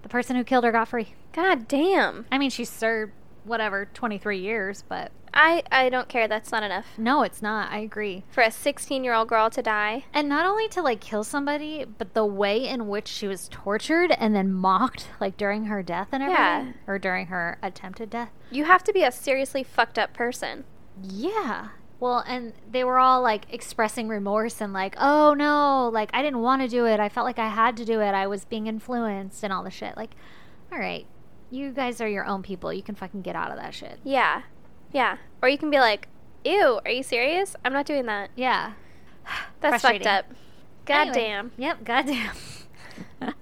[SPEAKER 1] the person who killed her got free.
[SPEAKER 2] God damn.
[SPEAKER 1] I mean, she served whatever 23 years, but
[SPEAKER 2] I, I don't care. That's not enough.
[SPEAKER 1] no, it's not. I agree.
[SPEAKER 2] For a 16 year old girl to die.
[SPEAKER 1] And not only to like kill somebody, but the way in which she was tortured and then mocked, like during her death and everything,
[SPEAKER 2] Yeah.
[SPEAKER 1] or during her attempted death.
[SPEAKER 2] You have to be a seriously fucked up person.
[SPEAKER 1] Yeah. Well, and they were all like expressing remorse and like, oh no, like I didn't want to do it. I felt like I had to do it. I was being influenced and all the shit. Like, all right, you guys are your own people. You can fucking get out of that shit.
[SPEAKER 2] Yeah. Yeah. Or you can be like, ew, are you serious? I'm not doing that.
[SPEAKER 1] Yeah.
[SPEAKER 2] That's fucked
[SPEAKER 1] Frustrating.
[SPEAKER 2] up. God
[SPEAKER 1] Anyway.
[SPEAKER 2] damn.
[SPEAKER 1] Yep. Goddamn.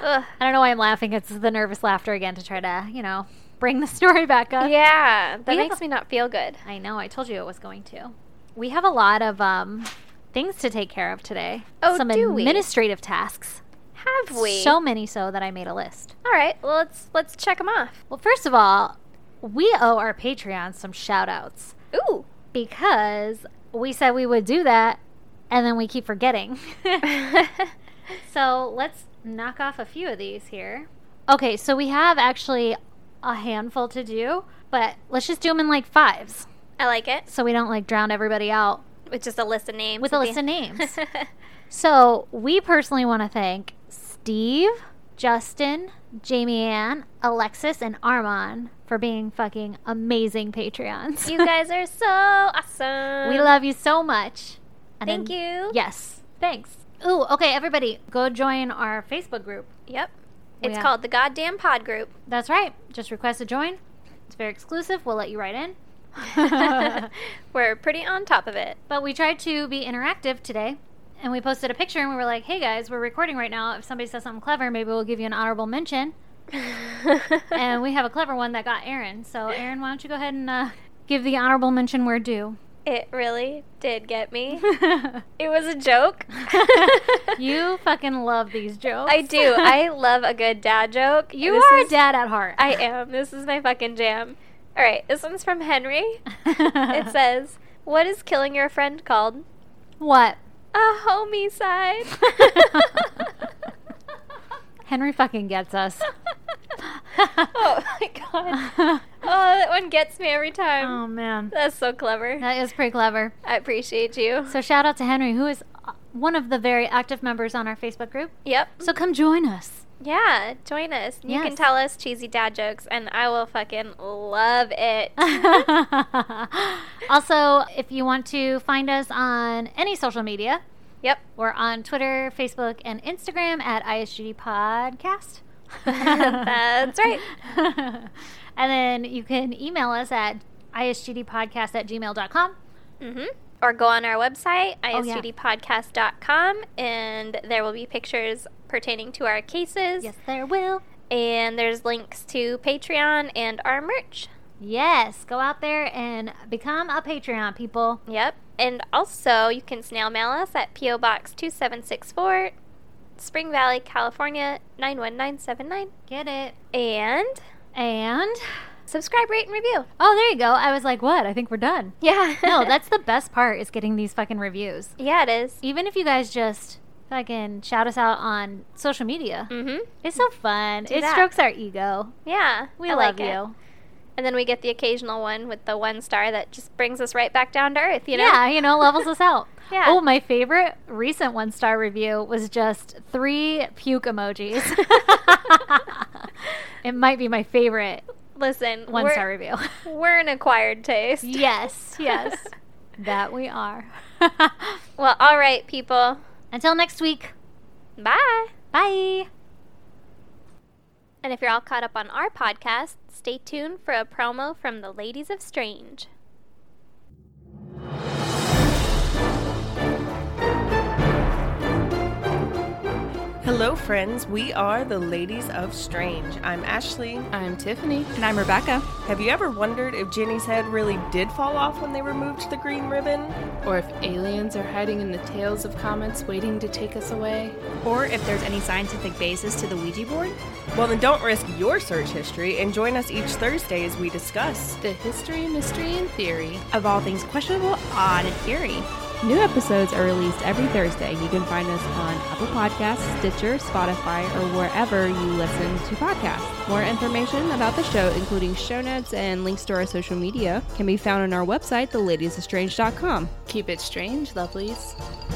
[SPEAKER 2] Ugh.
[SPEAKER 1] I don't know why I'm laughing. It's the nervous laughter again to try to, you know, bring the story back up.
[SPEAKER 2] Yeah. That
[SPEAKER 1] Uh, we have
[SPEAKER 2] makes
[SPEAKER 1] a-
[SPEAKER 2] me not feel good.
[SPEAKER 1] I know. I told you it was going to. We have a lot of um, things to take care of today.
[SPEAKER 2] Oh,
[SPEAKER 1] some
[SPEAKER 2] do we?
[SPEAKER 1] administrative tasks.
[SPEAKER 2] Have we?
[SPEAKER 1] So many so that I made a list.
[SPEAKER 2] All right. Well, let's let's check them off.
[SPEAKER 1] Well, first of all, we owe our Patreon some shout outs
[SPEAKER 2] Ooh.
[SPEAKER 1] because we said we would do that and then we keep forgetting. so let's knock off a few of these here. Okay, so we have actually a handful to do, but let's just do them in like fives
[SPEAKER 2] I like it.
[SPEAKER 1] so we don't like drown everybody out
[SPEAKER 2] With just a list of names.
[SPEAKER 1] with a
[SPEAKER 2] at
[SPEAKER 1] list
[SPEAKER 2] the-
[SPEAKER 1] of names. So we personally want to thank Steve, Justin, Jamie Ann, Alexis, and Armon for being fucking amazing Patreons.
[SPEAKER 2] you guys are so awesome.
[SPEAKER 1] we love you so much. And
[SPEAKER 2] Thank
[SPEAKER 1] then-
[SPEAKER 2] you.
[SPEAKER 1] Yes. Thanks. Ooh, okay, everybody, go join our Facebook group.
[SPEAKER 2] Yep.
[SPEAKER 1] We
[SPEAKER 2] It's
[SPEAKER 1] are-
[SPEAKER 2] called the goddamn pod group.
[SPEAKER 1] That's right. Just request to join. It's very exclusive. We'll let you right in.
[SPEAKER 2] We're pretty on top of it.
[SPEAKER 1] But we tried to be interactive today, and we posted a picture, and we were like, "Hey guys, we're recording right now. If somebody says something clever, maybe we'll give you an honorable mention." and we have a clever one that got Aaron. So, Aaron, why don't you go ahead and uh, give the honorable mention where due?
[SPEAKER 2] it really did get me. It was a joke.
[SPEAKER 1] you fucking love these jokes.
[SPEAKER 2] I do. I love a good dad joke.
[SPEAKER 1] you
[SPEAKER 2] This
[SPEAKER 1] are
[SPEAKER 2] is-
[SPEAKER 1] a dad at heart.
[SPEAKER 2] I am. This is my fucking jam. All right. This one's from Henry. It says, "What is killing your friend called?"
[SPEAKER 1] what?
[SPEAKER 2] A homicide.
[SPEAKER 1] Henry fucking gets us.
[SPEAKER 2] oh my god. Oh, that one gets me every time.
[SPEAKER 1] oh man,
[SPEAKER 2] That's so clever.
[SPEAKER 1] that is pretty clever.
[SPEAKER 2] I appreciate you.
[SPEAKER 1] So shout out to Henry, who is uh, one of the very active members on our Facebook group.
[SPEAKER 2] Yep.
[SPEAKER 1] So come join us.
[SPEAKER 2] Yeah, join us. You can
[SPEAKER 1] Yes.
[SPEAKER 2] tell us cheesy dad jokes, and I will fucking love it.
[SPEAKER 1] also, if you want to find us on any social media,
[SPEAKER 2] yep.
[SPEAKER 1] we're on Twitter, Facebook, and Instagram at ISGD Podcast.
[SPEAKER 2] That's right.
[SPEAKER 1] and then you can email us at isgdpodcast at gmail.com.
[SPEAKER 2] hmm Or go on our website,
[SPEAKER 1] Oh, yeah.
[SPEAKER 2] isgdpodcast.com, and there will be pictures pertaining to our cases.
[SPEAKER 1] Yes, there will.
[SPEAKER 2] And there's links to Patreon and our merch.
[SPEAKER 1] Yes, go out there and become a Patreon, people.
[SPEAKER 2] Yep. And also, you can snail mail us at P.O. Box 2764, Spring Valley, California 91979.
[SPEAKER 1] Get it.
[SPEAKER 2] And
[SPEAKER 1] And,
[SPEAKER 2] subscribe, rate, and review.
[SPEAKER 1] oh, there you go. I was like, what? I think we're done.
[SPEAKER 2] Yeah.
[SPEAKER 1] No, that's the best part is getting these fucking reviews.
[SPEAKER 2] Yeah, it is.
[SPEAKER 1] even if you guys just fucking shout us out on social media,
[SPEAKER 2] Mm-hmm.
[SPEAKER 1] it's so fun. it
[SPEAKER 2] that.
[SPEAKER 1] strokes our ego.
[SPEAKER 2] Yeah,
[SPEAKER 1] We
[SPEAKER 2] I
[SPEAKER 1] love
[SPEAKER 2] like it.
[SPEAKER 1] you.
[SPEAKER 2] And then we get the occasional one with the one star that just brings us right back down to earth. You know?
[SPEAKER 1] Yeah, you know, levels us out.
[SPEAKER 2] Yeah.
[SPEAKER 1] Oh, my favorite recent one star review was just three puke emojis. it might be my favorite
[SPEAKER 2] Listen,
[SPEAKER 1] one
[SPEAKER 2] we're,
[SPEAKER 1] star review.
[SPEAKER 2] We're an acquired taste.
[SPEAKER 1] yes, yes. that we are.
[SPEAKER 2] Well, all right, people.
[SPEAKER 1] Until next week.
[SPEAKER 2] Bye.
[SPEAKER 1] Bye.
[SPEAKER 2] And if you're all caught up on our podcast, stay tuned for a promo from the Ladies of Strange.
[SPEAKER 4] Hello, friends. We are the Ladies of Strange. I'm Ashley.
[SPEAKER 5] I'm Tiffany.
[SPEAKER 6] And I'm Rebecca.
[SPEAKER 4] Have you ever wondered if Jenny's head really did fall off when they removed the green ribbon?
[SPEAKER 5] Or if aliens are hiding in the tails of comets waiting to take us away?
[SPEAKER 6] Or if there's any scientific basis to the Ouija board?
[SPEAKER 4] Well, then don't risk your search history and join us each Thursday as we discuss.
[SPEAKER 5] The history, mystery, and theory.
[SPEAKER 6] Of all things questionable, odd, and eerie. New episodes are released every Thursday. You can find us on Apple Podcasts, Stitcher, Spotify, or wherever you listen to podcasts. More information about the show, including show notes and links to our social media, can be found on our website, theladiesofstrange.com.
[SPEAKER 5] Keep it strange, lovelies.